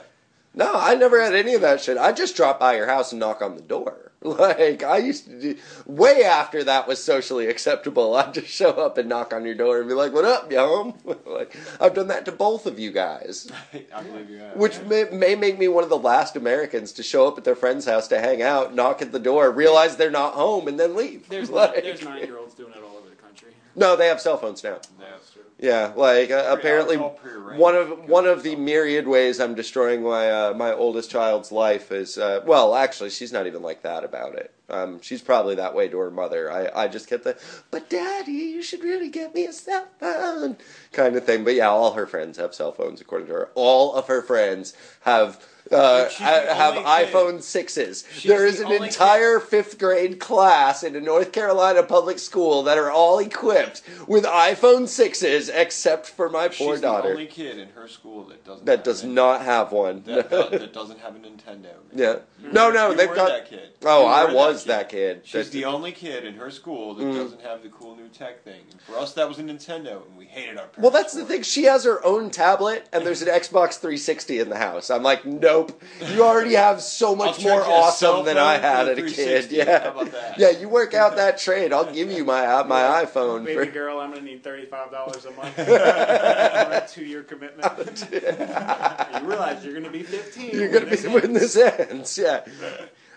no, I never had any of that shit. I just dropped by your house and knock on the door. Like I used to do way after that was socially acceptable. I'd just show up and knock on your door and be like, "What up, you home?" like I've done that to both of you guys.
I believe you have.
Which may, may make me one of the last Americans to show up at their friend's house to hang out, knock at the door, realize they're not home, and then leave.
There's
Like-
there's nine year olds doing it all over the country.
no, they have cell phones now.
That's true.
Yeah, like uh, apparently
it's all prearranged.
one of one of the myriad ways I'm destroying my uh, my oldest child's life is uh, well, actually, she's not even like that about it. Um, she's probably that way to her mother. I, I just get the but daddy, you should really get me a cell phone kind of thing. But yeah, all her friends have cell phones according to her. All of her friends have. Uh,
She's the
I- have
only kid.
iPhone sixes.
She's
There is
the
an
only
entire fifth grade class in a North Carolina public school that are all equipped with iPhone sixes, except for my poor
She's
daughter
the only kid in her school that doesn't.
that
have
does
an-
not have one.
That, that, that doesn't have a Nintendo. man.
yeah.
You
No,
were-
no,
Mm-hmm. you
they've
were
got.
that kid.
Oh,
You
I
were
was that kid. Mm.
She's
That-
the only kid in her school that doesn't have the cool new tech thing. And for us, that was a Nintendo, and we hated our parents.
Well, that's the
for it.
thing. She has her own tablet, and there's an Xbox 360 in the house. I'm like, nope. You already have so much
I'll
more
trade you a
awesome
cell
than
phone
I
for
had
a
as a kid.
360.
Yeah.
How about that?
Yeah, you work out that trade. I'll give you my my iPhone.
Baby
for-
girl, I'm gonna need thirty five dollars a month for a two year commitment. you realize you're gonna be fifteen.
You're
when
gonna be
this
when
ends.
this ends, yeah.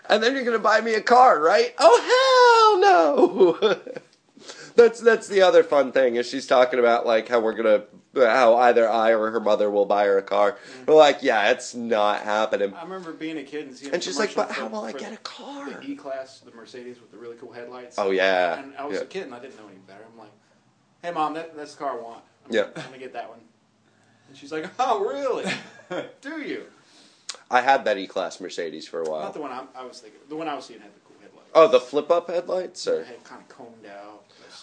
And then you're gonna buy me a car, right? Oh hell no! that's that's the other fun thing is she's talking about like how we're gonna how either I or her mother will buy her a car. We're like, yeah, it's not happening.
I remember being a kid and seeing.
And she's like, but
commercials
how
for-
will I
for
get a car?
The E class, the Mercedes with the really cool headlights.
Oh yeah,
And I was
yeah.
a kid and I didn't know any better. I'm like, hey, mom, that, that's the car I want. I'm,
Yeah.
I'm going to get that one. And she's like, oh, really? Do you?
I had that E class Mercedes for a
Not
while.
the one I'm, I was thinking. The one I was seeing had the cool headlights.
Oh, the flip up headlights, or
It had kind of combed out.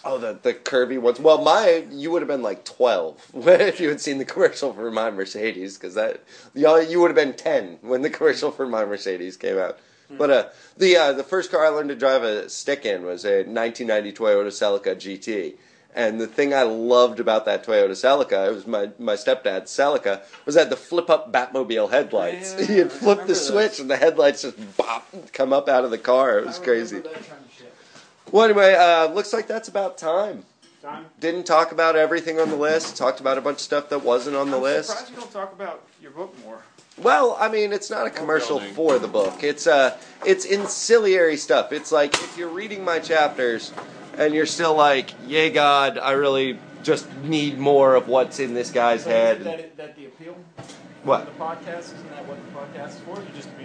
Oh, the, the curvy ones. Well, my you would have been like twelve if you had seen the commercial for my Mercedes, because that y'all you would have been ten when the commercial for my Mercedes came out.
Hmm.
But uh, the uh, the first car I learned to drive a stick in was a 1990 Toyota Celica GT, and the thing I loved about that Toyota Celica, it was my my stepdad's Celica, was that the flip up Batmobile headlights.
Yeah,
He'd flip
I
the
remember
switch,
those.
and the headlights just bop come up out of the car. It was crazy. Well, anyway, uh, looks like that's about time.
Time?
Didn't talk about everything on the list. Talked about a bunch of stuff that wasn't on the
I'm
list.
surprised you don't talk about your book more.
Well, I mean, it's not a commercial
building.
for the book. It's uh, it's ancillary stuff. It's like if you're reading my chapters, and you're still like, "Yay, God, I really just need more of what's in this guy's
So
head."
isn't that, it- that the appeal? of
what?
The podcast? Isn't that what the podcast is for? You just be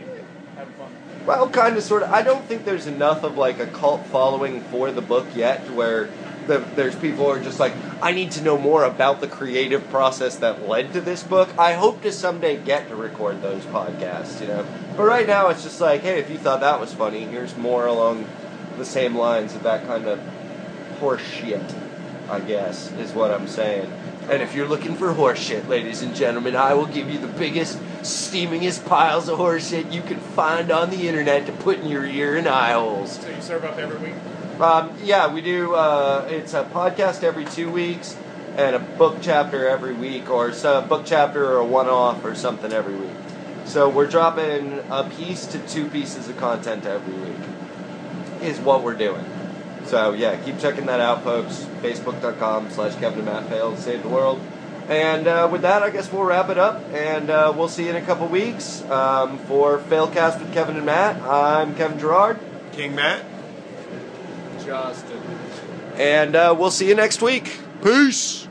having fun.
Well, kind of, sort of. I don't think there's enough of like a cult following for the book yet, where the, there's people who are just like, I need to know more about the creative process that led to this book. I hope to someday get to record those podcasts, you know. But right now, it's just like, hey, if you thought that was funny, here's more along the same lines of that kind of horseshit. I guess is what I'm saying. And if you're looking for horseshit, ladies and gentlemen, I will give you the biggest, steamingest piles of horseshit you can find on the internet to put in your ear and eye holes.
So you serve up every week?
Um, yeah, we do. Uh, it's a podcast every two weeks and a book chapter every week, or so, a book chapter or a one off or something every week. So we're dropping a piece to two pieces of content every week, is what we're doing. So yeah, keep checking that out, folks. Facebook.com slash Kevin and Matt Fail to save the world. And uh, with that, I guess we'll wrap it up, and uh, we'll see you in a couple weeks um, for Failcast with Kevin and Matt. I'm Kevin Gerard.
King Matt.
Justin.
And uh, we'll see you next week. Peace.